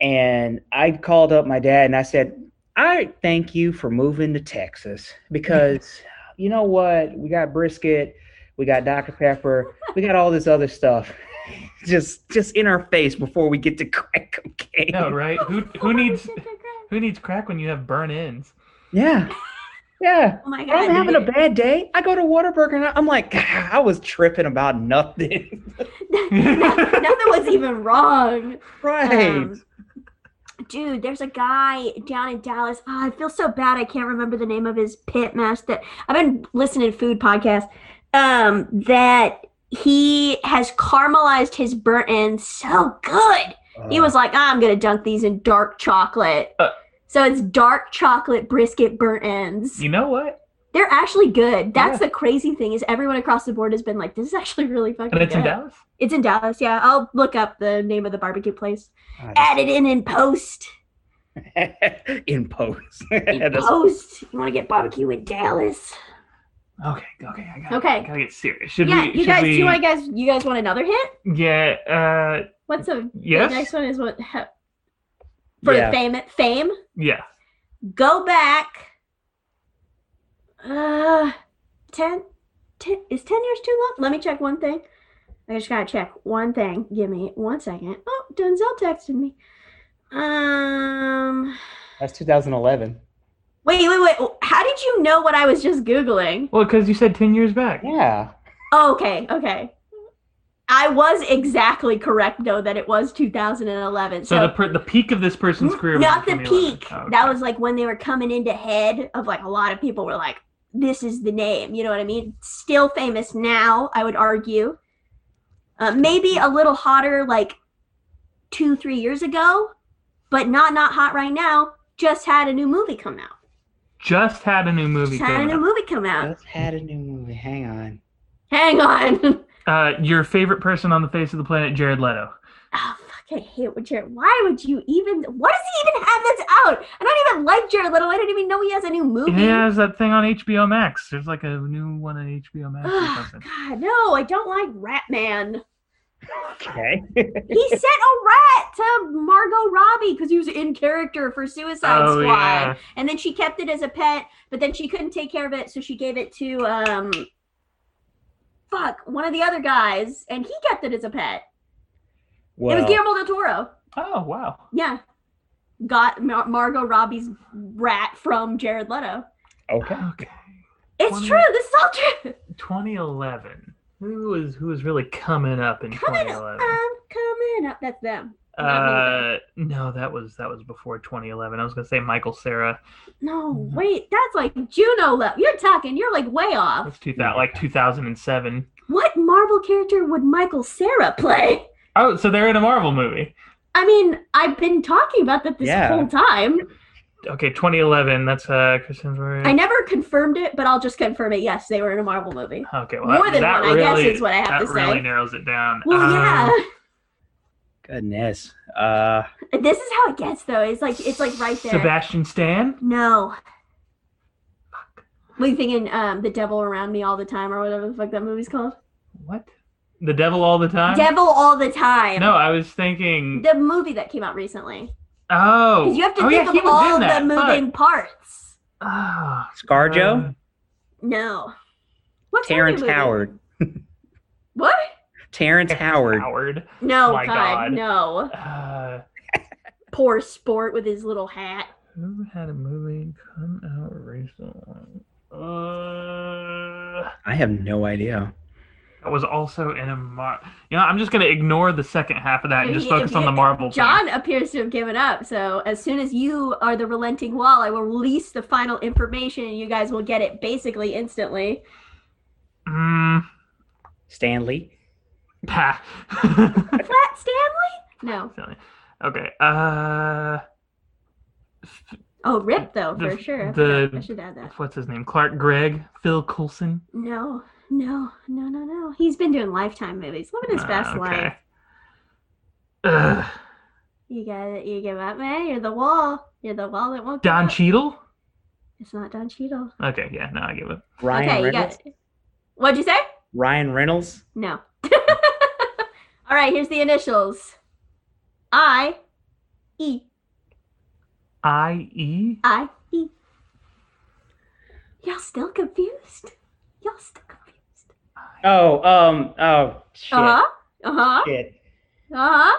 And I called up my dad and I said, I thank you for moving to Texas because you know what? We got brisket, we got Dr. Pepper, we got all this other stuff. Just just in our face before we get to crack cocaine.
No, right? Who
Oh,
who needs
shit, they're great.
who needs crack when you have burn ins?
Yeah. Yeah.
Oh my god.
I'm having a
dude.
bad day. I go to Whataburger and I- I'm like, I was tripping about nothing.
Nothing was even wrong.
right.
Um, dude, there's a guy down in Dallas. Oh, I feel so bad. I can't remember the name of his pit master. That I've been listening to food podcasts. Um, that he has caramelized his burnt ends so good. He was like, I'm gonna dunk these in dark chocolate.
Uh.
so it's dark chocolate brisket burnt ends.
You know what?
They're actually good. That's the crazy thing is everyone across the board has been like, this is actually really fucking
and it's
good.
in Dallas.
It's in Dallas, yeah. I'll look up the name of the barbecue place.
Ah,
Add it in in post.
Uh, in post.
In
That's-
post. You want to get barbecue in Dallas.
Okay, okay, I got
Okay.
Gotta get serious. Should
yeah,
we?
you
should
guys,
we
do you want guys, you guys want another hit?
get? Uh,
What's a,
yes.
the next one is what, ha- for
Yeah.
fame, fame,
Yeah.
go back, uh, 10, 10, is 10 years too long? Let me check one thing. I just gotta check one thing. Give me one second. Oh, Denzel texted me. Um,
That's 2011.
Wait, wait, wait. How did you know what I was just Googling?
Well, because you said ten years back.
Yeah.
Oh, okay, okay. I was exactly correct, though, that it was 2011. So,
So,
Mm-hmm.
the per- the peak of this person's career. was
not the
in 2011.
peak.
Oh,
That
okay.
was like when they were coming into head of like a lot of people were like, this is the name. You know what I mean? Still famous now, I would argue. Uh, maybe a little hotter like two, three years ago, but not not hot right now. Just had a new movie come out.
just had a new movie.
Just had a
coming
new
out.
movie come out.
Just had a new movie. Hang on.
Hang on.
Uh, your favorite person on the face of the planet, Jared Leto.
Oh, fuck, I hate what Jared. Why would you even? What does he even have that's out? I don't even like Jared Little. I don't even know he has a new movie.
He has that thing on HBO Max. There's like a new one on HBO Max or
Ugh,
something.
God, no, I don't like Rat Man.
Okay.
He sent a rat to Margot Robbie because he was in character for Suicide
Oh,
Squad.
yeah.
And then she kept it as a pet, but then she couldn't take care of it, so she gave it to, um, fuck, one of the other guys, and he kept it as a pet. it
Well,
was Guillermo del Toro.
Oh wow.
Yeah. Got Mar- Margot Robbie's rat from Jared Leto.
okay.
Okay.
It's
Funny.
true. This is all true.
2011. Who was who was really coming up in
Coming up.
2011?
I'm coming up. That's them.
Uh, no, that was that was before 2011. I was gonna say Michael Sarah.
No,
Mhm.
wait. That's like Juno level. You're talking. You're like way off.
That's two that like 2007.
What Marvel character would Michael Sarah play?
Oh, so they're in a Marvel movie.
I mean, I've been talking about that this
Yeah.
whole time.
Okay, 2011. That's uh, Chris Hemsworth.
I never confirmed it, but I'll just confirm it. Yes, they were in a Marvel movie.
Okay, well,
More
that,
than
that
one,
really,
I guess, is what I have
that
to say.
really narrows it down.
well,
Um,
yeah.
Goodness. Uh,
This is how it gets, though. It's like it's like right there.
Um, Sebastian Stan.
No. What are you thinking? Um, the devil around me all the time, or whatever the fuck that movie's called.
What? The Devil All the Time.
devil all the time.
No, I was thinking.
The movie that came out recently.
oh,
Because you have to
oh,
think
yeah, he
of
was
all
in that.
the moving parts.
Fuck. Ah,
Scarjo?
Um,
uh,
No. What's the
Terrence
other movie?
Howard.
What?
Terrence Howard.
Howard.
No,
Oh My
God,
God.
no.
Uh,
Poor sport with his little hat.
who had a movie come out recently? Uh,
I have no idea.
that was also in a Mar. You know, I'm just gonna ignore the second half of that and
If
just
you- if
focus on
you-
the Marvel.
John appears to have given up. So as soon as you are the relenting wall, I will release the final information, and you guys will get it basically instantly.
thing. Mm,
Stanley.
pah.
Flat Stanley? No.
Definitely. Okay. Uh,
Oh, Rip though
The-
for sure. I
the-
forgot. I should add that.
what's his name? Clark Gregg, Phil Coulson.
No, no, no, no, no. He's been doing Lifetime movies, living his
Uh,
best life.
Ugh.
You got it. You give up, man. You're the wall. You're the wall that won't. give
Don
up.
Cheadle.
It's not Don Cheadle.
Okay. Yeah. No, I give it.
Ryan
okay,
Reynolds.
you got. What'd you say?
Ryan Reynolds.
No. All right. Here's the initials. I, E,
I E.
I, E. Y'all still confused? Y'all still confused?
Oh, um, oh, shit.
Uh huh. Uh huh.
shit.
Uh huh.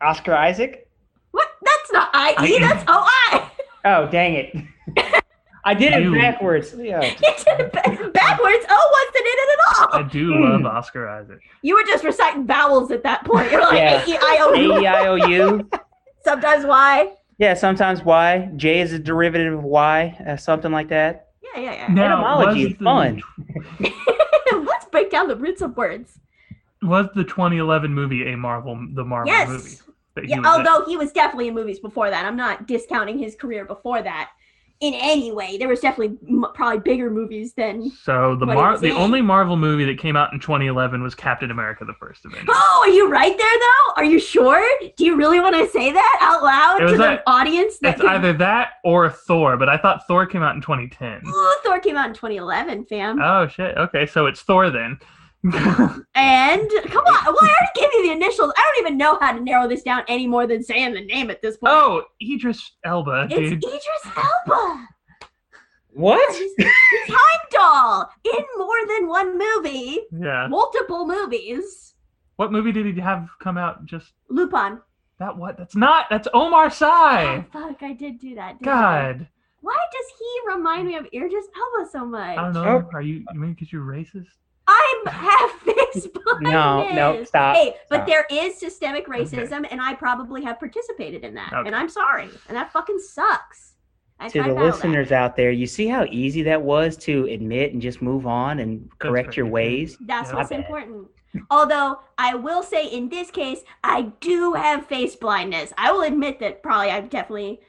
Oscar Isaac?
What? That's not I E.
I-
that's O I.
Oh, dang it. I did it
You-
backwards. Yeah.
You did it ba- backwards. Oh, O wasn't in it
I
at all.
do
Mm.
love Oscar Isaac.
You were just reciting vowels at that point. You're like
Yeah.
A E I O U.
A-E-I-O-U.
Sometimes Y.
Yeah, sometimes Y. J is a derivative of Y, uh, something like that.
Yeah, yeah, yeah.
Etymology
was
is fun.
Let's break down the roots of words.
Was the 2011 movie a Marvel, the Marvel
yes.
movie? That he
Yeah,
was in?
although he was definitely in movies before that. I'm not discounting his career before that. in any way. There was definitely m- probably bigger movies than.
So the
What
Mar-
is
the
it?
only Marvel movie that came out in 2011 was Captain America: The First Avenger.
Oh, are you right there though? Are you sure? Do you really want to say that out
It
loud to
was
the
like-
audience? That
It's either that or Thor, but I thought Thor came out in 2010.
Ooh, Oh, Thor came out in 2011, fam.
Oh shit. Okay, so it's Thor then.
and come on, well, I already gave you the initials. I don't even know how to narrow this down any more than saying the name at this point.
oh, Idris Elba,
it's
dude.
Idris Elba.
What?
He's he's Heimdall in more than one movie,
yeah.
multiple movies.
What movie did he have come out just
Lupin.
that what? That's not. That's Omar
Oh,
Sy.
fuck, I did do that. didn't I?
God.
Why does he remind me of Idris Elba so much?
I don't know. Are you you mean because you're racist?
I'm half fixed blindness.
No, no, stop.
Hey, but
stop.
there is systemic racism, and I probably have participated in that,
Okay.
and I'm sorry, and that fucking sucks. I
to
tried
the
battle that.
listeners out there, you see how easy that was to admit and just move on and correct your
pretty good.
ways?
That's
Yeah.
what's
My bad.
important. Although I will say, in this case, I do have face blindness. I will admit that probably I've definitely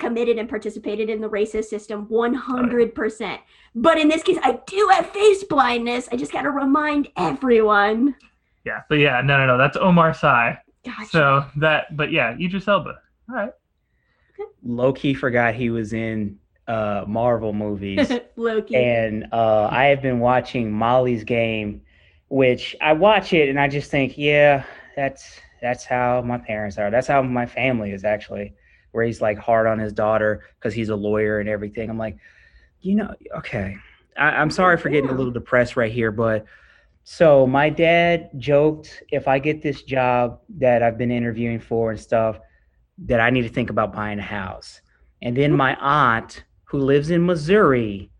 committed and participated in the racist system 100%. But in this case, I do have face blindness. I just got to remind everyone.
Yeah. But yeah, no no no, that's Omar Sy.
Gosh.
So that but yeah, Idris Elba. All right.
Low key forgot he was in uh, Marvel movies.
Loki.
and uh, I have been watching Molly's Game, which I watch it and I just think, yeah, that's that's how my parents are. That's how my family is actually, where he's like hard on his daughter because he's a lawyer and everything. I'm like, you know, okay. I, I'm sorry for getting a little depressed right here, but so my dad joked if I get this job that I've been interviewing for and stuff, that I need to think about buying a house. And then my aunt, who lives in Missouri,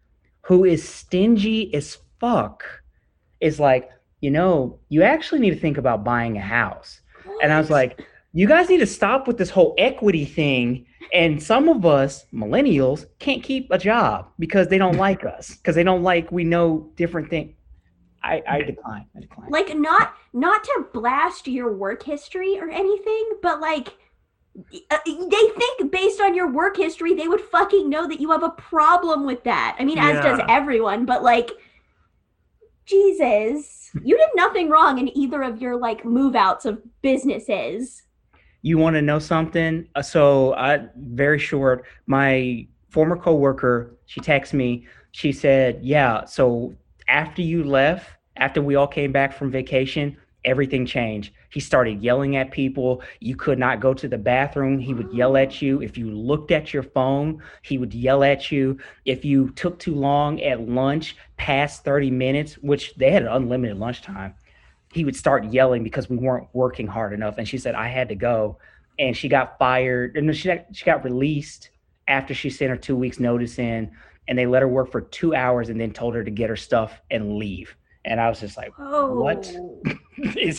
who is stingy as fuck, is like, you know, you actually need to think about buying a house. And I was like, you guys need to stop with this whole equity thing. And some of us millennials can't keep a job because they don't like us, because they don't like we know different things. I, I decline. I decline.
like not not to blast your work history or anything but like uh, they think based on your work history they would fucking know that you have a problem with that i mean as does
Yeah.
everyone but like jesus you did nothing wrong in either of your like move outs of businesses
you want to know something? Uh, So, I very short. My former coworker, she texted me. She said, "Yeah, so after you left, after we all came back from vacation, everything changed. He started yelling at people. You could not go to the bathroom. He would yell at you. If you looked at your phone, he would yell at you. If you took too long at lunch, past 30 minutes, which they had unlimited lunchtime, he would start yelling because we weren't working hard enough. And she said, I had to go. And she got fired. And she got, she got released after she sent her two weeks notice in. And they let her work for two hours and then told her to get her stuff and leave. And I was just like,
oh
What? it's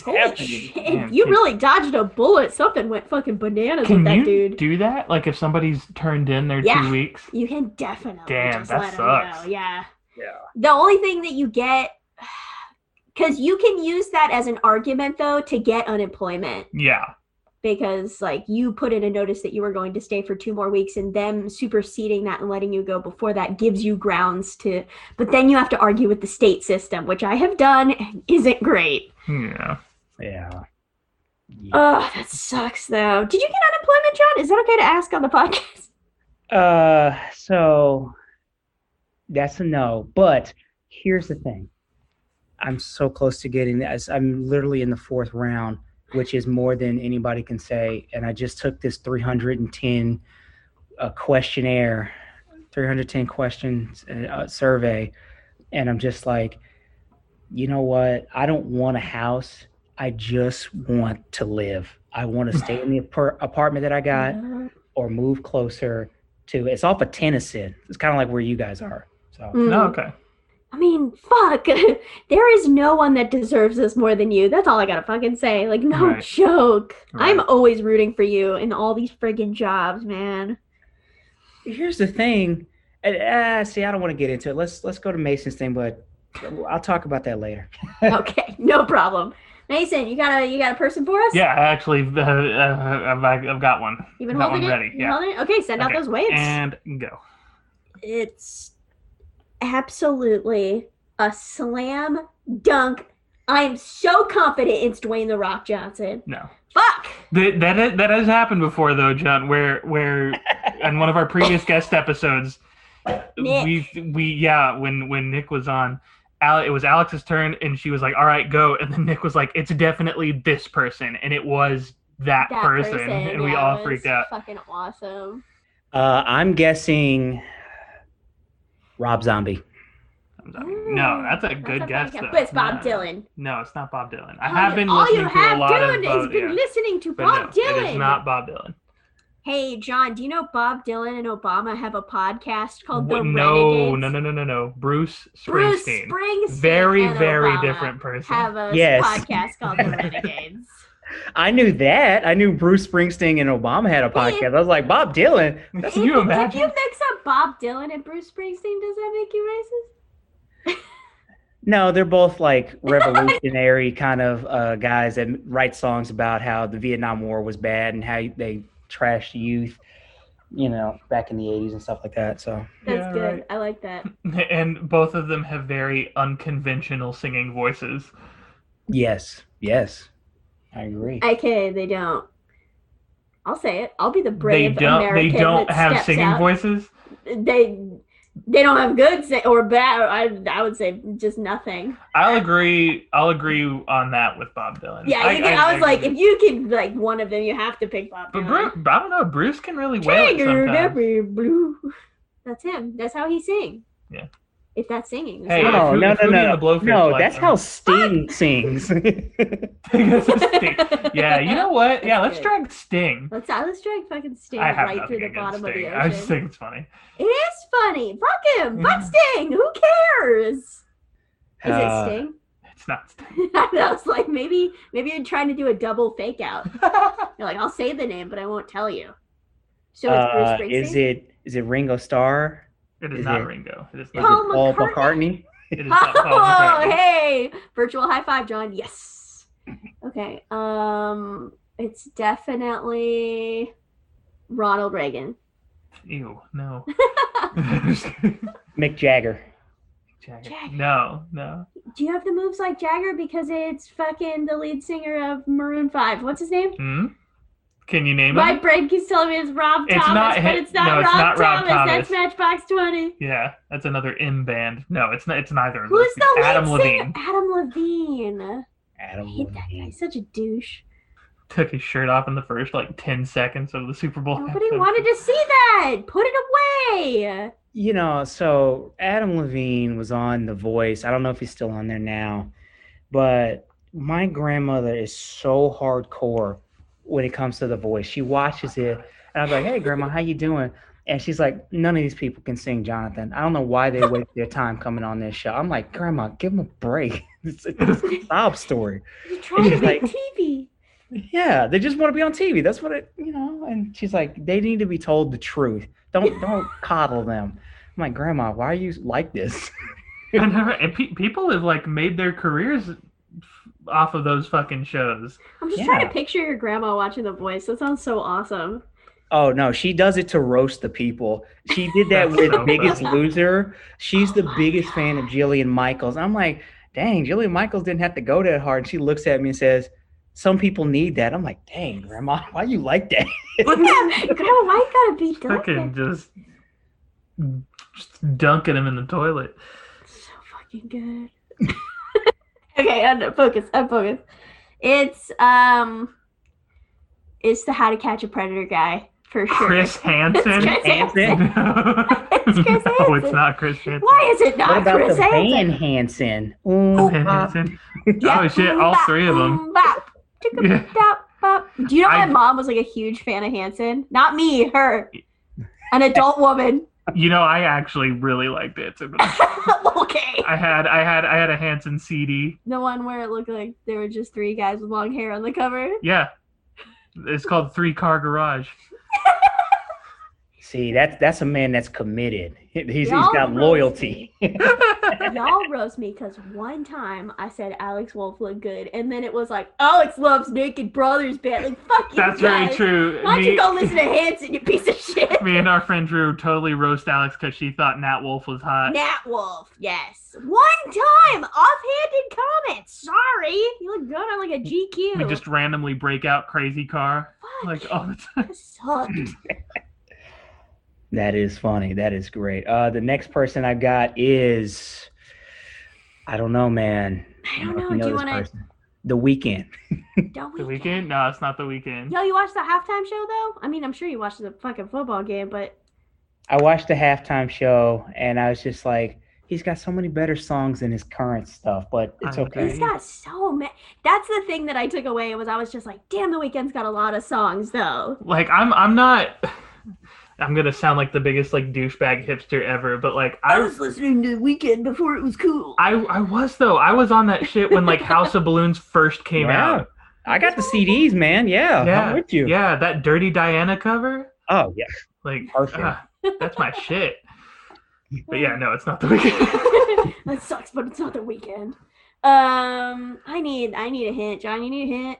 Holy
happening.
shit.
Man,
you
dude.
really dodged a bullet something went fucking bananas
Can
with that
you
dude
do that? Like if somebody's turned in their
Yeah.
two weeks?
You can definitely
Damn,
just
that
let 'em
sucks.
know. Yeah.
Yeah.
The only thing that you get because you can use that as an argument though to get unemployment
Yeah.
because like you put in a notice that you were going to stay for two more weeks and them superseding that and letting you go before that gives you grounds to but then you have to argue with the state system which i have done and isn't great
Yeah.
Yeah. Yeah.
oh that sucks though did you get unemployment john is that okay to ask on the podcast
Uh, so that's a no. But here's the thing. I'm so close to getting this. I'm literally in the fourth round, which is more than anybody can say. And I just took this 310 uh, questionnaire, 310 questions uh, uh, survey, and I'm just like, you know what? I don't want a house. I just want to live. I want to stay in the apar- apartment that I got
Mm.
or move closer to it's off of Tennyson. It's kind of like where you guys are. So
Mm.
No, okay.
I mean, fuck. there is no one that deserves this more than you. That's all I gotta fucking say. Like, no
Right.
joke. I'm
Right.
always rooting for you in all these friggin' jobs, man.
here's the thing. And, uh, see, I don't want to get into it. Let's let's go to Mason's thing, but I'll talk about that later.
okay, no problem. Mason, you got a you got a person for us?
Yeah, actually, uh, uh, I've, I've got one.
You've been
That
holding
one
it.
ready,
You've been
yeah.
holding it? Okay, send out
Okay,
those waves.
And go.
it's absolutely a slam dunk. I am so confident it's Dwayne the Rock Johnson.
No.
Fuck.
That that, has- that has happened before though, John. Where where on one of our previous guest episodes,
Nick.
we we yeah when when Nick was on, Al, it was Alex's turn and she was like, "All right, go," and then Nick was like, "It's definitely this person," and it was that, person, and we
yeah,
all
was
freaked out.
Fucking awesome.
Uh, I'm guessing Rob Zombie.
I'm sorry. No, that's a good
Mm, a
guess.
podcast.
though.
But it's Bob
No.
Dylan.
No, it's not Bob Dylan. I
All
have
you-
been
all
listening
you
to a
have
lot
done
of
is
Bob,
been
yeah.
listening to
But
Bob
no,
Dylan.
It is not Bob Dylan.
Hey, John, do you know Bob Dylan and Obama have a podcast called The
Wh- no,
Renegades?
no, no, no, no, no. Bruce
Bruce
Springsteen.
Springsteen.
very,
and
very
Obama
different person.
Have a
Yes.
podcast called The Renegades.
I knew that. I knew Bruce Springsteen and Obama had a podcast. I was like, Bob Dylan.
If-
Can you imagine?
If you mix up Bob Dylan and Bruce Springsteen, does that make you racist?
No, they're both like revolutionary kind of uh, guys that write songs about how the Vietnam War was bad and how they trashed youth, you know, back in the 80s and stuff like that. So,
That's
Yeah,
good.
right.
I like that.
And both of them have very unconventional singing voices.
yes, yes, I agree.
Okay, they don't. I'll say it. I'll be the brave
they don't.
American
they don't
that
have
steps
singing
out.
voices.
They they don't have good sa- or bad. I I would say just nothing.
I'll agree. I'll agree on that with Bob Dylan.
Yeah, you can, I, was like, if you could like one of them, you have to pick Bob.
But Bruce,
Dylan.
I don't know. Bruce can really wail it
Tiger,
sometimes.
Debbie, blue. That's him. That's how he sings.
Yeah.
If that's singing.
Hey,
that's
no,
if Hoo-
no,
if
no,
Hootie
no,
and the Blowfish
no.
like
That's
them.
how Sting sings.
Because of
not-
Sting. yeah, you know what? Yeah, let's
That's
drag Sting.
Let's uh, let's drag fucking Sting
I have
right
nothing
through the
against
bottom of
Sting.
the
I just
ocean.
think it's funny.
It is funny. Fuck him. Fuck
Mhm.
Sting. Who cares? Is
Uh,
it Sting?
It's not Sting.
I was like, maybe maybe you're trying to do a double fake out. You're like, I'll say the name, but I won't tell you. So it's
Uh,
Bruce Springsteen.
is it is it Ringo Starr?
It is,
Is
not
it-
Ringo. It is
Is
not.
Paul
it Paul
McCartney?
McCartney?
It is not Paul
Oh,
McCartney.
hey! Virtual high five, John. Yes. Okay. Um, it's definitely Ronald Reagan.
Ew, no. Just kidding.
Mick Jagger.
Jagger.
Jagger.
No, no.
Do you have the moves like Jagger? Because it's fucking the lead singer of Maroon Five. What's his name?
Hmm? Can you name
My
him?
brain keeps telling me it's Rob
It's
Thomas,
not
but
hi-
it's not,
no, it's
Rob,
not Rob
Thomas. That's
Thomas.
Matchbox Twenty.
Yeah, that's another M band. No, it's not. It's neither of those.
Who's the
people. Adam
lead singer?
Levine
Adam Levine.
Adam.
I hate that guy.
Levine.
He's such a douche.
took his shirt off in the first like ten seconds of the Super Bowl.
Nobody
episode.
wanted to see that. Put it away.
You know, so Adam Levine was on The Voice. I don't know if he's still on there now, but my grandmother is so hardcore when it comes to The Voice. She watches it, and I'm like, "Hey, grandma, how you doing?" And she's like, "None of these people can sing, Jonathan. I don't know why they waste their time coming on this show." I'm like, "Grandma, give them a break. it's, it's a sob story."
You're trying to
She's
make
like-
TV.
Yeah, they just want to be on TV. That's what it, you know. And she's like, they need to be told the truth. Don't don't coddle them. I'm like, Grandma, why are you like this?
I never- and pe- people have like made their careers off of those fucking shows.
I'm just trying
Yeah.
to picture your grandma watching The Voice. That sounds so awesome.
Oh no, she does it to roast the people. She did that with
So
Biggest
funny.
Loser. She's
Oh
the
my
biggest
God.
fan of Jillian Michaels. I'm like, dang, Jillian Michaels didn't have to go that hard. And she looks at me and says, Some people need that. I'm like, dang, Grandma, why you like that?
grandma, why you gotta be
Fucking
Duncan?
just, just dunking him in the toilet.
So fucking good. okay, I'm focus. I'm focused. It's um, it's the How to Catch a Predator guy for sure.
Chris Hansen.
It's Chris
Hansen.
Hansen.
No.
It's Chris
no, it's
Hansen.
not Chris Hansen.
Why is it not
what about
Chris
the
Hansen?
Van Hansen? Mm-hmm. Ooh,
Oh,
Van
uh.
pop.
Hansen.
Yeah,
Oh shit! All
bop,
three of them.
bop, chicka,
Yeah.
bop, bop. Do you know my
I-
mom was like a huge fan of Hanson? Not me, her. An adult woman.
You know, I actually really liked it. So-
okay.
I had, I had, I had a Hanson CD.
The one where it looked like there were just three guys with long hair on the cover.
Yeah, it's called Three Car Garage.
See, that's that's a man that's committed. He's, he's
Y'all
got
roast
loyalty.
Y'all roast me because one time I said Alex Wolf looked good, and then it was like Alex loves Naked Brothers band. Like fuck you
That's very
guys.
true.
Why don't you
Me,
go listen to Hanson, you piece of shit?
me and our friend Drew totally roast Alex because she thought Nat Wolf was hot.
Nat Wolf, yes. One time, offhanded comment. Sorry, you look good on like a GQ.
We just randomly break out Crazy Car
Fuck,
like oh. all the time.
that sucked.
That is funny. That is great. Uh, the next person I got is, I don't know, man.
I
don't
don't
know
know.
if
Do you
this
want to?
person. The weekend.
Don't
The
we?
weekend? No, it's not the weekend.
Yo, you watched the halftime show though? I mean, I'm sure you watched the fucking football game, but
I watched the halftime show and I was just like, he's got so many better songs than his current stuff, but it's
I'm
okay.
he's got so many. That's the thing that I took away was I was just like, damn, the weekend's got a lot of songs though.
Like I'm I'm not I'm gonna sound like the biggest like douchebag hipster ever, but like I
listening to the weekend before it was cool.
I I was though. I was on that shit when like House of Balloons first came
Yeah.
out.
I got the CDs, man. Yeah,
Yeah,
I'm with you.
Yeah, that Dirty Diana cover.
Oh yeah,
Like
Perfect.
ah, that's my shit. But yeah, no, it's not the weekend.
that sucks, but it's not the weekend. Um, I need I need a hint, John. You need a hint.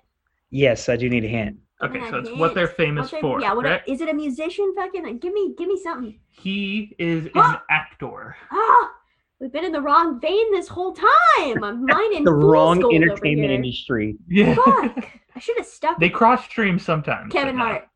yes, I do need a hint.
Okay,
Oh,
so it's what they're famous
What they-
for.
Yeah, what
correct?
is it a musician? Fucking like, give me give me something.
He is an
Huh?
actor.
Ah, we've been in the wrong vein this whole time. I'm mining
The
fool's
wrong
gold over
entertainment
here.
industry.
Yeah.
Fuck! I should have stuck.
They
with
cross stream sometimes.
Kevin
but no.
Hart.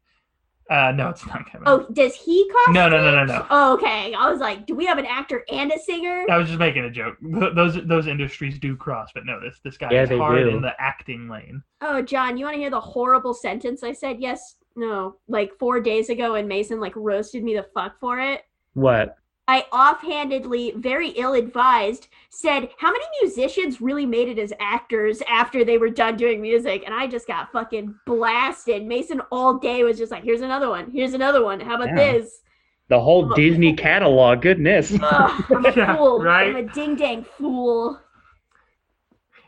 Uh, no, it's not Kevin.
Oh, does he cross?
No, no, no, no, no.
Oh, okay. I was like, do we have an actor and a singer?
I was just making a joke. Th- Those those industries do cross, but no, this this guy
Yeah,
is
they
hard
do.
in the acting lane.
Oh, John, you want to hear the horrible sentence I said? Yes, no, like four days ago, and Mason like roasted me the fuck for it.
What?
I offhandedly, very ill-advised, said, "How many musicians really made it as actors after they were done doing music?" And I just got fucking blasted. Mason all day was just like, "Here's another one. Here's another one. How about
Yeah.
this?"
The whole
Oh.
Disney catalog. Goodness.
Ugh, I'm a
Yeah,
fool.
right?
I'm a ding dang fool.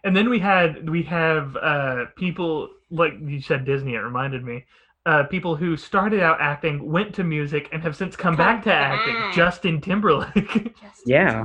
And then we had we have uh, people like you said Disney. It reminded me uh, people who started out acting, went to music, and have since come,
Come
back to
back.
acting. Justin Timberlake.
Just
Yeah.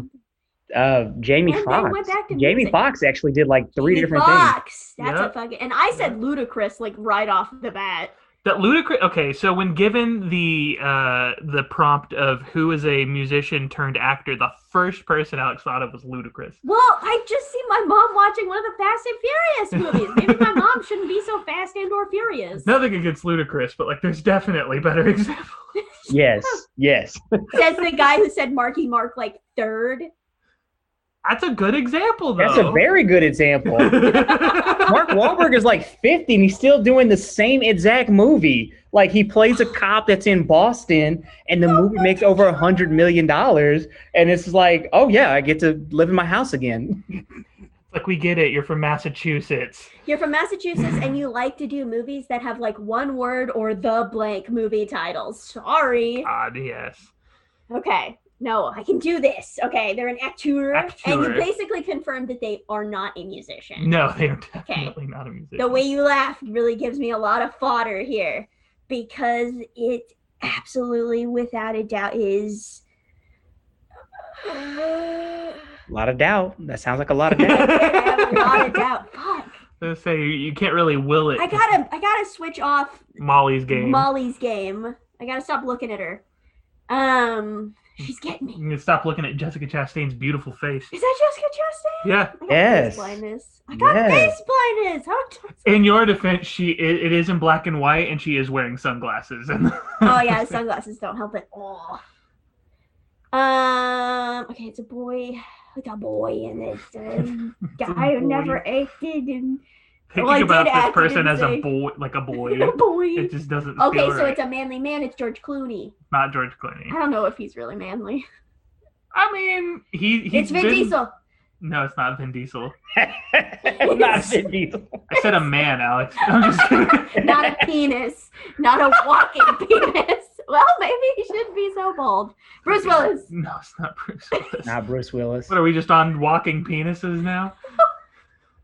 Uh, Jamie
And they
Foxx.
went back to
Jamie
music.
Foxx actually did like three
Jamie
different things.
Foxx. That's
Yep.
a fucking. And I said ludicrous like right off the bat.
That ludicrous. Okay, so when given the uh, the prompt of who is a musician turned actor, the first person Alex thought of was ludicrous.
Well, I just see my mom watching one of the Fast and Furious movies. Maybe my mom shouldn't be so fast and or furious.
Nothing against ludicrous, but like, there's definitely better examples.
Yes, yes.
Says the guy who said Marky Mark like third.
That's a good example, though.
That's a very good example.
very.
Mark Wahlberg is like 50 and he's still doing the same exact movie. Like he plays a cop that's in Boston and the movie makes over a hundred million dollars. And it's like, oh yeah, I get to live in my house again.
like we get it. You're from Massachusetts.
You're from Massachusetts and you like to do movies that have like one word or the blank movie titles. Sorry.
God, yes.
Okay. No, I can do this. Okay, they're an acteur, and
Acteur.
you basically confirmed that they are not a musician.
No, they are definitely not a musician.
The way you laugh really gives me a lot of fodder here because it absolutely, without a doubt, is. I
A lot of doubt. That sounds like a lot of doubt.
have a lot
I
of doubt. Fuck.
was gonna say you, you can't really will it.
I gotta, I gotta switch off
Molly's game.
Molly's game. I gotta stop looking at her. Um, she's getting
you
me.
can stop looking at Jessica Chastain's beautiful face.
Is that Jessica Chastain?
Yeah.
I got
Yes.
Face blindness. I got
Yes.
face blindness. How
In your defense, she it, it is in black and white, and she is wearing sunglasses. And
oh yeah, the sunglasses don't help at all. Um. Okay, it's a boy, like a boy, and it's a guy
boy.
who never acted and
thinking
Well, I did
about this
act, I
person
didn't
as a
say-
boy, like a boy,
a boy.
it just doesn't.
Okay,
feel
so
right.
it's a manly man. It's George Clooney.
not George
I
Clooney.
don't know if he's really manly.
I mean, he he's
It's Vin
been-
Diesel.
No, it's not Vin Diesel.
Not Vin Diesel.
I said a man, Alex. I'm just kidding.
Not a penis. Not a walking penis. Well, maybe he shouldn't be so bold. Bruce Willis.
No, it's not Bruce Willis.
Not Bruce Willis.
What are we just on walking penises now?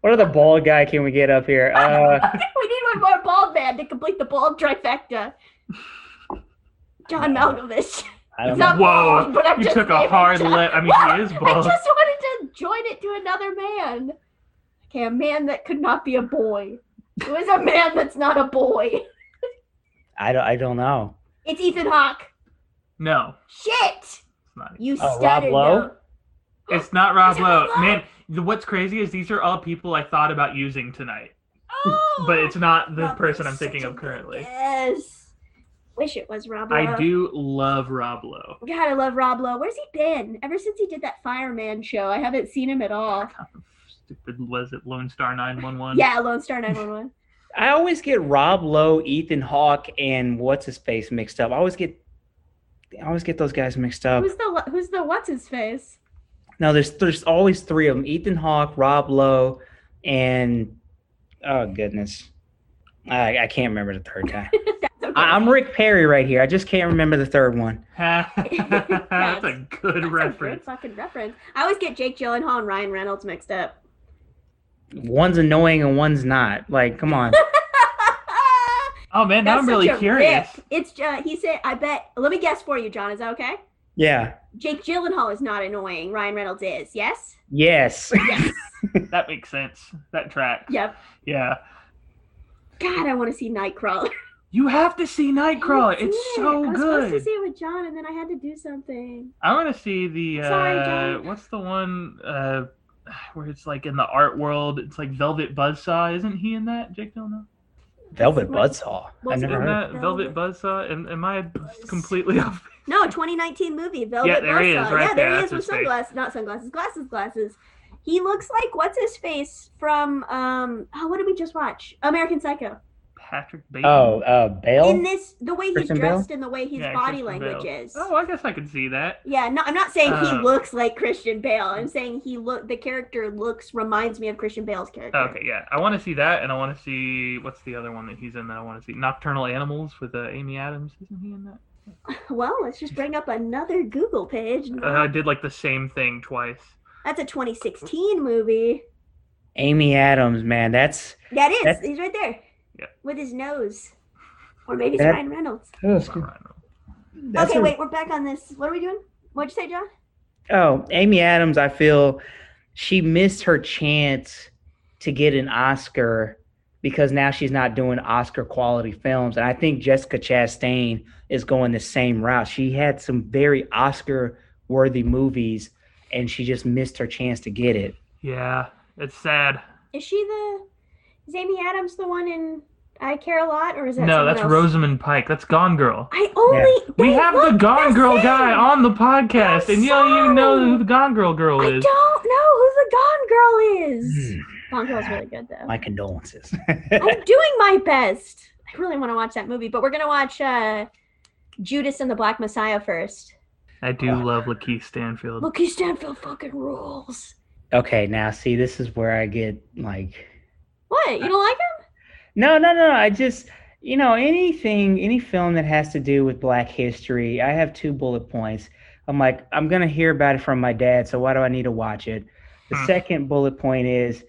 What other bald guy can we get up here? Uh,
We need one more bald man to complete the bald trifecta. John Malkovich.
I
It's
don't know.
not
Whoa,
bald, Uh, but I'm
You
just
took a
naming
hard
John-
left. I mean,
Well,
he is
I
bald.
just wanted to join it to another man. Okay, a man that could not be a boy. Who is a man that's not a boy?
I don't. I don't know.
It's Ethan Hawke.
No,
Shit!
it's not.
You
Oh, Rob
stuttered.
Lowe?
though.
It's not Rob
Is it Rob
Lowe.
Lowe?
Man, th- what's crazy is these are all people I thought about using tonight,
Oh,
but it's not the
Rob
person
Lowe's
I'm thinking
such a
of
good
currently.
guess. Wish it was Rob Lowe.
I do love Rob Lowe.
God, I love Rob Lowe. Where's he been? Ever since he did that Fireman show, I haven't seen him at all.
Stupid was it Lone Star 911?
Yeah, Lone Star 911.
I always get Rob Lowe, Ethan Hawke, and what's his face mixed up. I always get. I always get those guys mixed up.
who's the Who's the What's his face?
No, there's there's always three of them: Ethan Hawke, Rob Lowe, and oh goodness, I, I can't remember the third guy.
That's okay.
I, I'm Rick Perry right here. I just can't remember the third one.
That's a good
That's a
reference.
great fucking reference. I always get Jake Gyllenhaal and Ryan Reynolds mixed up.
One's annoying and one's not. Like, come on.
Oh man, now
That's
I'm really
such a
curious.
rip. It's uh, he said. I bet. Let me guess for you, John. Is that okay?
yeah.
Jake Gyllenhaal is not annoying. Ryan Reynolds is. Yes.
Yes.
Yes.
That makes sense. That track.
yep.
Yeah.
God, I want to see Nightcrawler.
You have to see
I
Nightcrawler.
haven't
It's
seen it.
so
I was supposed to
good.
see it with John, and then I had to do something.
I want to see the uh,
Sorry, John.
what's the one uh, where it's like in the art world? It's like Velvet Buzzsaw. Isn't he in that? Jake Gyllenhaal.
Velvet Buzzsaw. I've
Wasn't
never
Isn't
heard. of
that Velvet Buzzsaw? Am, am I
Buzz-
completely off?
No, 2019 movie. Velvet
Yeah, there he
Buzzsaw.
is, right
yeah, there,
there.
he is
That's
with
his face.
sunglasses. Not sunglasses. Glasses. Glasses. He looks like what's his face from um. Oh, what did we just watch? American Psycho.
Patrick
it.
Bateman.
Oh, uh, Bale.
in this the way he's
Kristen Bell?
dressed and the way his
Yeah,
body
Christian
language
Bale.
is.
Oh, I guess I could see that.
Yeah, no, I'm not saying he
Uh,
looks like Christian Bale. I'm saying he look the character looks reminds me of Christian Bale's character.
Okay, yeah, I want to see that, and I want to see what's the other one that he's in that I want to see? Nocturnal Animals with uh, Amy Adams. Isn't he in that?
Well, let's just bring up another Google page. No,
Uh, I did like the same thing twice.
That's a 2016 movie.
Amy Adams, man. That's
That is.
That's-
he's right there.
Yeah.
With his nose. Or maybe it's
That-
Ryan Reynolds.
It's
that's
not Ryan Reynolds.
okay,
a-
wait, we're back on this. What are we doing? What'd you say, John?
Oh, Amy Adams, I feel she missed her chance to get an Oscar because now she's not doing Oscar quality films. And I think Jessica Chastain is going the same route. She had some very Oscar worthy movies and she just missed her chance to get it.
Yeah, it's sad.
Is she the is Amy Adams the one in I Care a Lot or is that
no,
someone
that's
else?
Rosamund Pike. That's Gone Girl.
I only
We
they
have the
look
Gone Girl
same.
guy on the podcast,
I'm
and you don't even know
sorry.
who the Gone Girl girl
I
is.
don't know who the Gone Girl is. Gone Girl's really good though.
My condolences.
I'm doing my best. I really want to watch that movie, but we're gonna watch uh, Judas and the Black Messiah first.
I do
Oh.
love Lakeith Stanfield.
Look, he Stanfield fucking rules.
okay, now see, this is where I get like
What? You don't like him?
No, no, no. I just, you know, anything, any film that has to do with Black history, I have two bullet points. I'm like, I'm going to hear about it from my dad, so why do I need to watch it? The
Hmm.
second bullet point is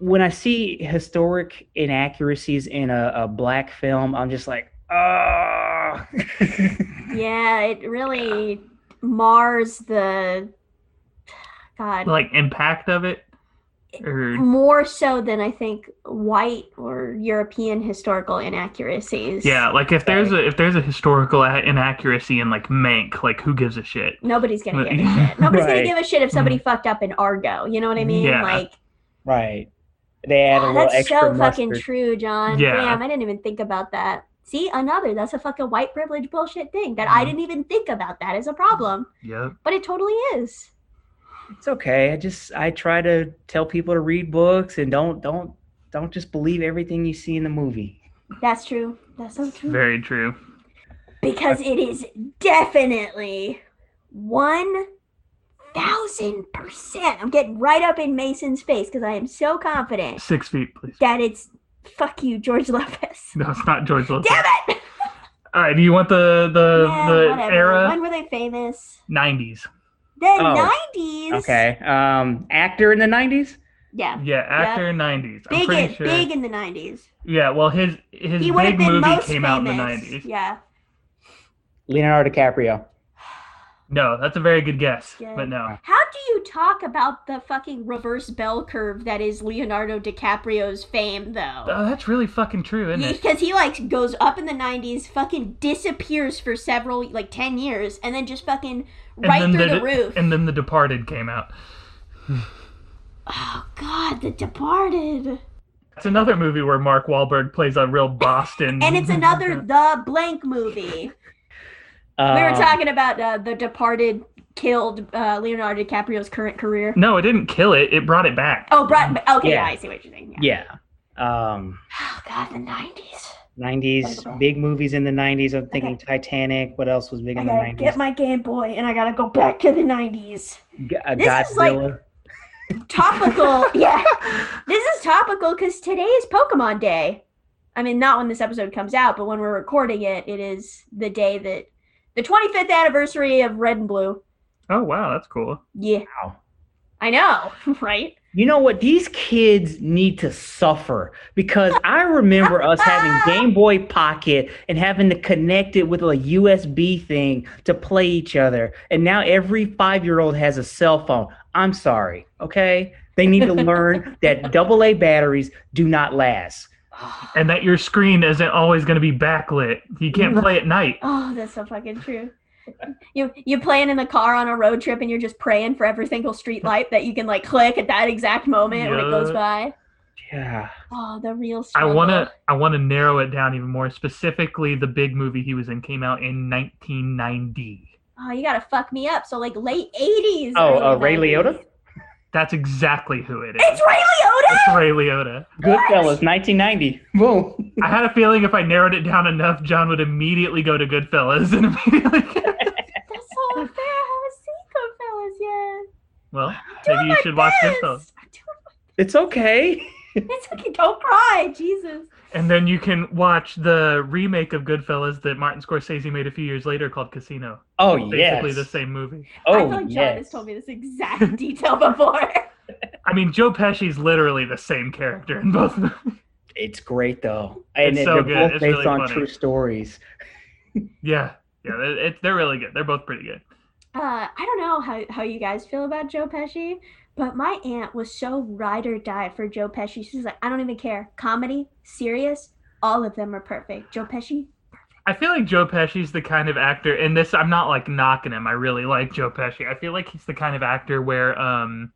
when I see historic inaccuracies in a, a Black film, I'm just like, oh.
Yeah, it really mars the God
Like impact of it, or
more so than I think white or European historical inaccuracies.
yeah, like if there's a if there's a historical a- inaccuracy in like Mank, like who gives a shit?
Nobody's gonna
But- Mm-hmm.
give a shit. Nobody's
Right.
gonna give a shit if somebody fucked up in Argo. You know what I mean?
Yeah.
Like
right. They add a
Ah,
little
that's
extra
so
mustard.
fucking true, John.
Yeah.
Damn, I didn't even think about that. See, another. That's a fucking white privilege bullshit thing that I
Mhm.
didn't even think about. That as a problem,
Yep.
but it totally is.
It's okay. I just, I try to tell people to read books and don't, don't, don't just believe everything you see in the movie.
That's true. That's so true.
Very true.
because it is definitely one thousand percent. I'm getting right up in Mason's face because I am so confident
Six feet, please.
that it's fuck you, George Lopez.
No, it's not George Lopez.
Damn it!
All right, do you want the the
Yeah,
the
whatever. When
era?
were they famous?
Nineties.
The
Oh.
90s.
Okay. Um, actor in the nineties.
Yeah.
Yeah, actor nineties. I'm
Big,
pretty
in,
sure.
big in the 90s.
Yeah, well his his
he would have
big
been
movie
most
came
famous.
out in the nineties.
Yeah.
Leonardo DiCaprio.
No, that's a very good guess,
Yeah.
but no.
How do you talk about the fucking reverse bell curve that is Leonardo DiCaprio's fame, though?
Oh, that's really fucking true, isn't it?
Because he like goes up in the '90s, fucking disappears for several like ten years, and then just fucking right
and
through
then
the,
the,
roof.
And then The Departed came out.
oh God, The Departed,
It's another movie where Mark Wahlberg plays a real Boston.
and it's another the blank movie.
Uh,
we were talking about uh, The Departed killed uh, Leonardo DiCaprio's current career.
No, it didn't kill it. It brought it back.
Oh, brought okay, yeah.
Yeah.
I see what you're saying. Yeah.
Yeah. Um,
Oh God, the '90s.
90s, big movies in the 90s. I'm thinking Titanic. What else was big
I
in the
gotta
90s?
get my Game Boy, and I gotta go back to the '90s.
G- uh,
This is like-
Godzilla.
Topical, yeah. This is topical because today is Pokemon Day. I mean, not when this episode comes out, but when we're recording it, it is the day that the 25th anniversary of Red and Blue.
Oh wow, that's cool.
Yeah,
Wow.
I know, right?
You know what? These kids need to suffer because I remember us having Game Boy Pocket and having to connect it with a USB thing to play each other. And now every five year old has a cell phone. I'm sorry. Okay. They need to learn that AA batteries do not last.
And that your screen isn't always going to be backlit. You can't play at night.
Oh, that's so fucking true. You you playing in the car on a road trip and you're just praying for every single street light that you can like click at that exact moment when it goes
Yeah.
by.
Yeah.
Oh, the real
I
struggle.
want to I want to narrow it down even more. Specifically, the big movie he was in came out in 1990.
Oh, you gotta fuck me up. So like late eighties.
Oh, uh, Ray Liotta?
That's exactly who it is.
It's Ray Liotta.
It's Ray Liotta.
Goodfellas, 1990. Boom.
I had a feeling if I narrowed it down enough, John would immediately go to Goodfellas and immediately.
That's so unfair. I haven't seen Goodfellas yet.
well,
Doing
maybe you
my
should watch
best.
Goodfellas.
I'm doing-
It's okay.
It's okay. Don't cry, Jesus.
And then you can watch the remake of Goodfellas that Martin Scorsese made a few years later called Casino.
Oh, yes.
Basically the same movie.
I
Oh,
feel like John has
yes.
told me this exact detail before.
I mean, Joe Pesci's literally the same character in both. movies.
It's great, though.
It's
And
so
they're
good.
both
It's
based
really
on
funny.
true stories.
yeah, yeah, it, it, they're really good. They're both pretty good.
uh, I don't know how, how you guys feel about Joe Pesci, but my aunt was so ride or die for Joe Pesci. She's like, I don't even care. Comedy, serious, all of them are perfect. Joe Pesci,
I feel like Joe Pesci's the kind of actor, and this I'm not like knocking him. I really like Joe Pesci. I feel like he's the kind of actor where, um,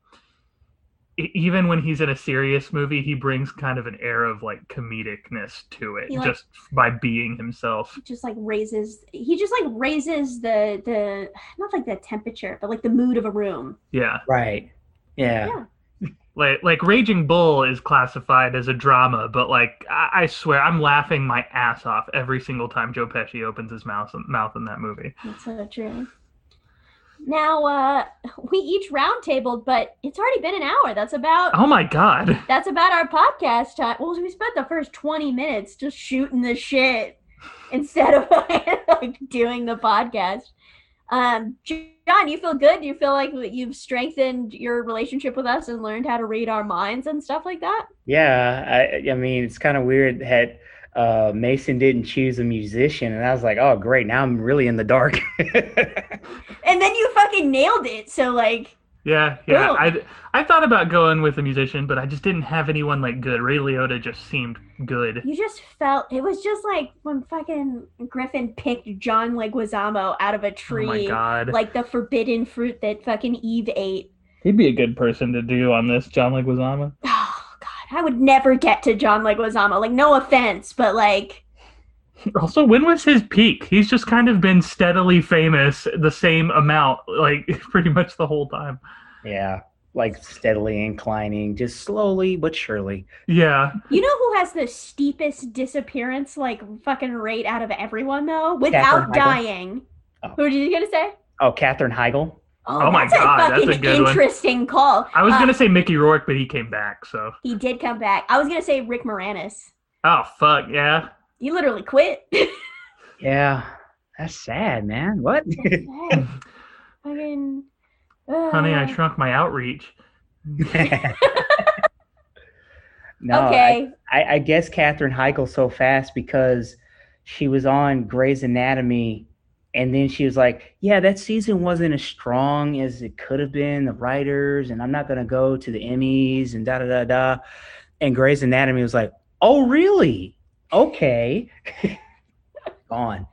e- even when he's in a serious movie, he brings kind of an air of like comedicness to it,
He, like-
just by being himself.
just like raises he just like raises the the not like the temperature, but like the mood of a room.
Yeah,
Right. Yeah.
Yeah.
like like Raging Bull is classified as a drama, but like I, I swear I'm laughing my ass off every single time Joe Pesci opens his mouth mouth in that movie.
That's so true. Now uh we each roundtabled, but it's already been an hour. That's about
Oh my god.
that's about our podcast time. Well, we spent the first 20 minutes just shooting the shit instead of like doing the podcast. Um, John, you feel good? You feel like you've strengthened your relationship with us and learned how to read our minds and stuff like that?
Yeah, I I mean it's kind of weird that uh, Mason didn't choose a musician, and I was like, oh great, now I'm really in the dark.
And then you fucking nailed it. So like,
Yeah, yeah.
Cool.
I I thought about going with a musician, but I just didn't have anyone like good. Ray Liotta just seemed good. Oh
you just felt it was just like when fucking Griffin picked John Leguizamo out of a
Oh my
tree,
god.
like the forbidden fruit that fucking Eve ate.
He'd be a good person to do on this, John Leguizamo.
Oh God, I would never get to John Leguizamo. Like, no offense, but like,
Also, when was his peak? He's just kind of been steadily famous the same amount, like pretty much the whole time.
yeah, like steadily inclining, just slowly but surely.
Yeah.
you know who has the steepest disappearance, like fucking rate out of everyone though, without
Heigl.
dying?
Oh.
Who are you gonna say?
Oh, Catherine Heigl.
Oh my God, that's a good one.
interesting call.
I was
Uh,
gonna say Mickey Rourke, but he came back, so
He did come back. I was gonna say Rick Moranis.
Oh fuck, yeah.
He literally quit.
Yeah, that's sad, man. What?
Fucking.
Honey, I
Ugh.
shrunk my outreach.
No, I-
okay.
I, I guess Katherine Heigl so fast because she was on Grey's Anatomy And then she was like, "Yeah, that season wasn't as strong as it could have been. The writers, and I'm not gonna go to the Emmys and da da da da." And Grey's Anatomy was like, "Oh, really? Okay." Gone.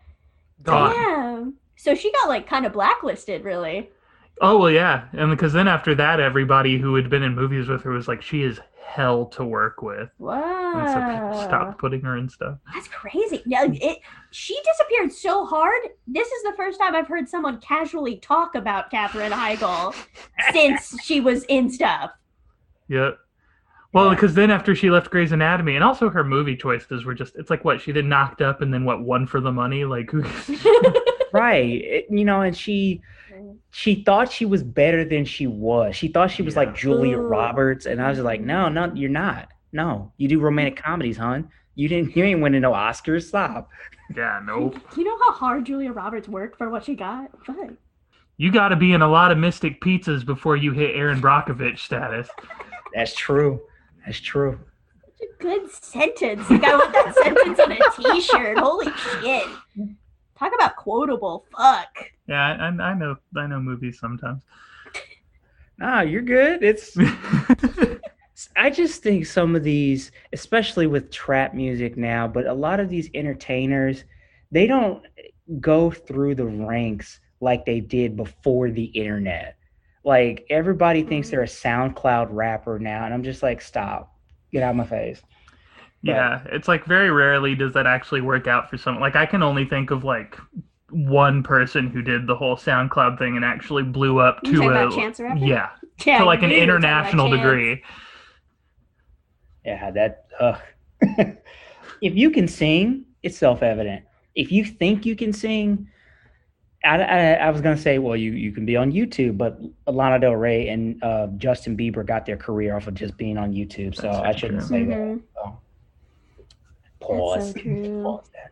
Gone.
Yeah. So she got like kind of blacklisted, really.
Oh well, yeah, and because then after that, everybody who had been in movies with her was like, she is hell to work with,
Wow.
and so people stopped putting her in stuff.
That's crazy. No, it. She disappeared so hard. This is the first time I've heard someone casually talk about Katherine Heigl since she was in stuff.
Yep. Well,
Yeah.
because then after she left Grey's Anatomy, and also her movie choices were just—it's like what she did Knocked Up, and then what One for the Money, like who?
right It- you know and she she thought she was better than she was she thought she was
Yeah.
like julia
Ooh.
roberts and i was like no no you're not no you do romantic comedies hon you didn't you ain't winning no oscars stop
yeah, nope.
You know how hard Julia Roberts worked for what she got? Fuck.
You got to be in a lot of Mystic Pizzas before you hit Aaron Brockovich status.
that's true that's true
Such a good sentence. Like I want that sentence on a T-shirt. Holy shit! Talk about quotable. Fuck.
Yeah, I, I I know, I know movies sometimes.
nah you're good it's I just think some of these, especially with trap music now, but a lot of these entertainers, they don't go through the ranks like they did before the internet. Like everybody thinks they're a SoundCloud rapper now, and I'm just like, stop, get out of my face.
Yeah, it's like very rarely does that actually work out for someone. Like I can only think of like one person who did the whole SoundCloud thing and actually blew up
You
to
talking
a
about Chance the Rapper?
yeah
Yeah,
to like an
you were talking about
international
Chance.
degree.
Yeah, that. Ugh. if you can sing, it's self-evident. If you think you can sing, I, I, I was gonna say, well, you you can be on YouTube, but Lana Del Rey and uh, Justin Bieber got their career off of just being on YouTube, so
That's
I shouldn't
true.
say that.
Mhm.
Pause.
so true.
Pause that.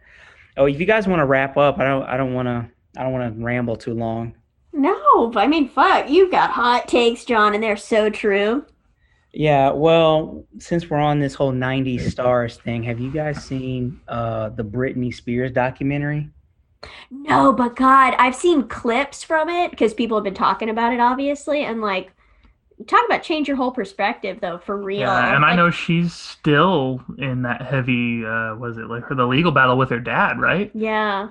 Oh, if you guys want to wrap up, I don't I don't want to I don't want to ramble too long.
No, but I mean, fuck. You've got hot takes, John, and they're so true.
Yeah, well, since we're on this whole '90s stars thing, have you guys seen uh, the Britney Spears documentary?
No, but God, I've seen clips from it because people have been talking about it, obviously, and like, talk about change your whole perspective, though, for real.
Yeah, and I
Like,
know she's still in that heavy uh was it like her the legal battle with her dad, right?
Yeah,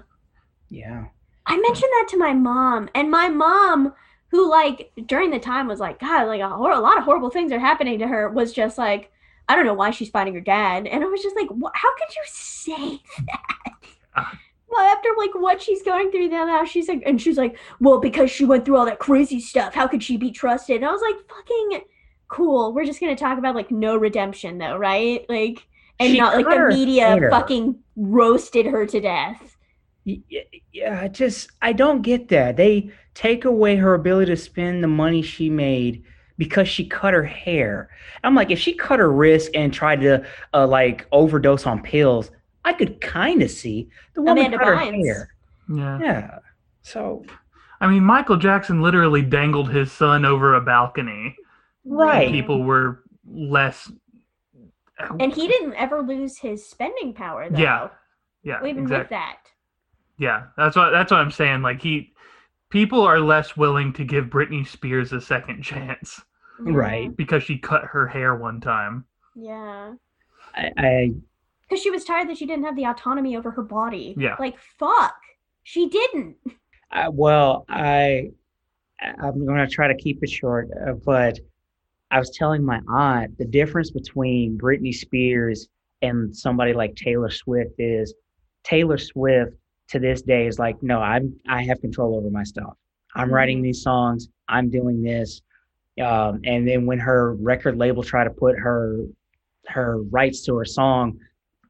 Yeah.
I mentioned that to my mom, and my mom, who like during the time was like, God, like a, hor- a lot of horrible things are happening to her, was just like, I don't know why she's fighting her dad, and I was just like, "Wha- How could you say that? Well, after like what she's going through now, now she's like, and she's like, well, because she went through all that crazy stuff, how could she be trusted? And I was like, fucking cool. We're just gonna talk about like no redemption though, right? Like, and
She
not like
cut
the
her
media
hair.
fucking roasted her to death.
Y- y- Yeah, I just I don't get that. They take away her ability to spend the money she made because she cut her hair. I'm like, if she cut her wrist and tried to uh, like overdose on pills, I could kind of see the woman
Amanda
cut her
Bynes.
hair.
Yeah.
Yeah. So
I mean, Michael Jackson literally dangled his son over a balcony.
Right.
People were less
And he didn't ever lose his spending power, though.
Yeah. Yeah,
Even with
exactly.
that.
Yeah, that's what that's what I'm saying. Like he, people are less willing to give Britney Spears a second chance
Right.
because she cut her hair one time.
Yeah.
I, I
Because she was tired that she didn't have the autonomy over her body.
Yeah.
Like, fuck. She didn't.
I, well, I I- I'm going to try to keep it short, uh, but I was telling my aunt the difference between Britney Spears and somebody like Taylor Swift is Taylor Swift to this day is like, no, I'm I have control over my stuff. I'm writing
Mhm.
these songs. I'm doing this. Um, and then when her record label tried to put her her rights to her song,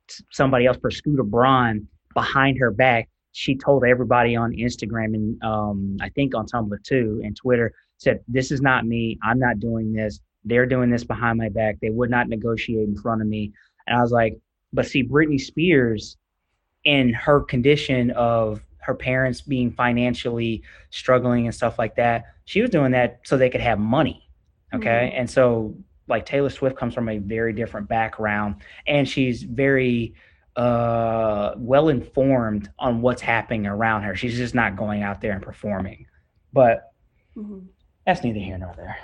s- somebody else for Scooter Braun behind her back, she told everybody on Instagram and um, I think on Tumblr too and Twitter said, "This is not me. I'm not doing this. They're doing this behind my back. They would not negotiate in front of me." And I was like, "But see, Britney Spears, in her condition of her parents being financially struggling and stuff like that, she was doing that so they could have money." Okay, and so like Taylor Swift comes from a very different background, and she's very uh, well informed on what's happening around her. She's just not going out there and performing. But Mm-hmm.
Mhm.
that's neither here nor there.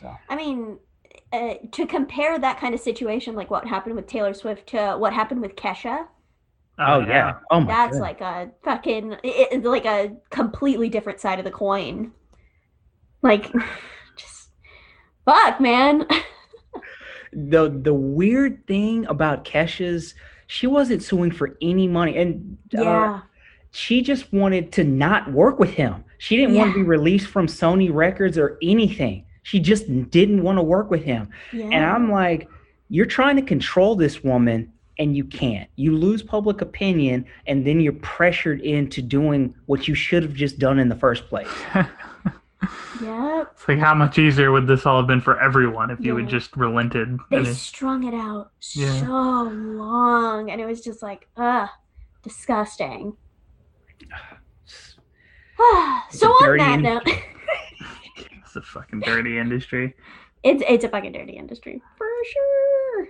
So
I mean, uh, to compare that kind of situation, like what happened with Taylor Swift, to what happened with Kesha,
Uh,
oh yeah, oh my
that's like
goodness.
a fucking, it, it- like a completely different side of the coin. Like, just fuck, man.
the the weird thing about Kesha's she wasn't suing for any money and uh,
yeah,
she just wanted to not work with him. She didn't want to
Yeah.
be released from Sony Records or anything. She just didn't want to work with him.
yeah.
And I'm like, you're trying to control this woman and you can't. You lose public opinion and then you're pressured into doing what you should have just done in the first place.
Yep.
It's like how much easier would this all have been for everyone if you had
Yeah.
just relented?
they
And it-
strung it out
Yeah.
so long and it was just like ugh disgusting
a
so on
dirty
that note
industry.
it's a fucking dirty industry.
it's it's a fucking dirty industry for sure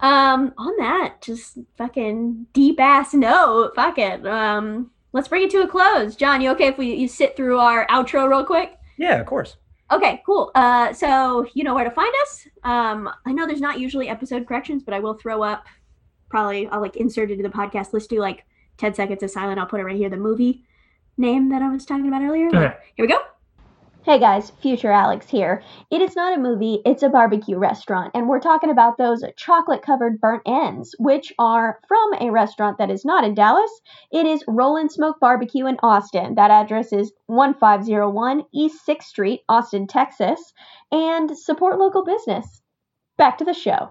um on that just fucking deep ass note fuck it um let's bring it to a close john you okay if we you sit through our outro real quick
Yeah, of course.
Okay, cool. Uh, so you know where to find us. Um, I know there's not usually episode corrections, but I will throw up. Probably I'll like insert into the podcast. Let's do like 10 seconds of silent. I'll put it right here. The movie name that I was talking about earlier.
Okay.
Here we go. Hey guys, future Alex here. It is not a movie, it's a barbecue restaurant, and we're talking about those chocolate covered burnt ends, which are from a restaurant that is not in Dallas. It is Roland Smoke Barbecue in Austin. That address is 1501 East 6th Street, Austin, Texas, and support local business. Back to the show.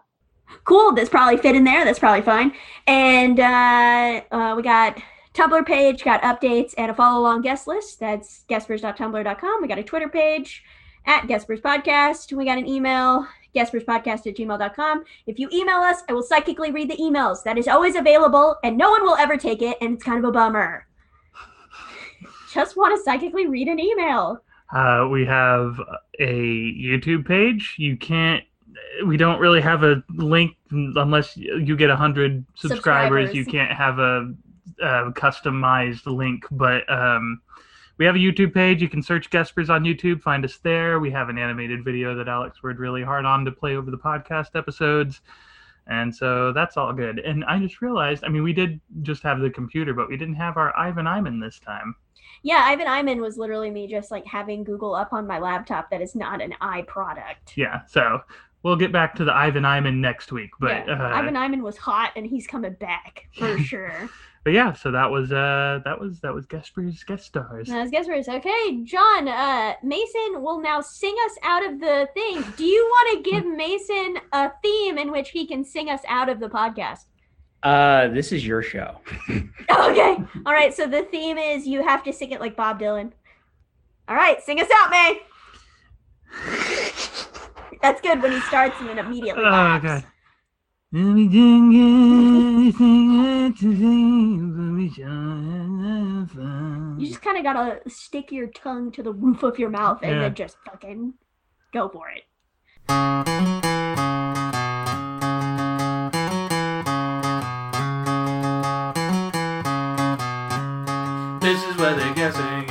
Cool, that's probably fit in there, that's probably fine. And uh, uh, we got Tumblr page, got updates and a follow along guest list. That's guestbers.tumblr.com. We got a Twitter page at Guestbers Podcast. We got an email, guestberspodcast at gmail.com. If you email us, I will psychically read the emails. That is always available and no one will ever take it, and it's kind of a bummer. Just want to psychically read an email.
Uh, we have a YouTube page. You can't. We don't really have a link unless you get hundred subscribers.
Subscribers.
You can't have a, uh customized link, but um, we have a YouTube page. You can search Gaspers on YouTube, find us there. We have an animated video that Alex worked really hard on to play over the podcast episodes. And so that's all good. And I just realized, I mean, we did just have the computer, but we didn't have our Ivan Iman this time.
Yeah, Ivan Iman was literally me just like having Google up on my laptop that is not an i product.
yeah so we'll get back to the ivan iman next week but
Yeah,
uh,
Ivan Iman was hot and he's coming back for sure.
but yeah so that was uh that was that was Gasper's guest stars
Now, guess where it's okay, John. Uh, Mason will now sing us out of the thing. Do you want to give Mason a theme in which he can sing us out of the podcast?
Uh, this is your show.
Okay. All right. So the theme is you have to sing it like Bob Dylan. All right, sing us out, May. That's good when he starts and then
oh
immediately. laughs.
god Let me think anything to think, but we shall have fun.
You just kind of gotta stick your tongue to the roof of your mouth and
Yeah.
then just fucking go for it.
This is where they're guessing.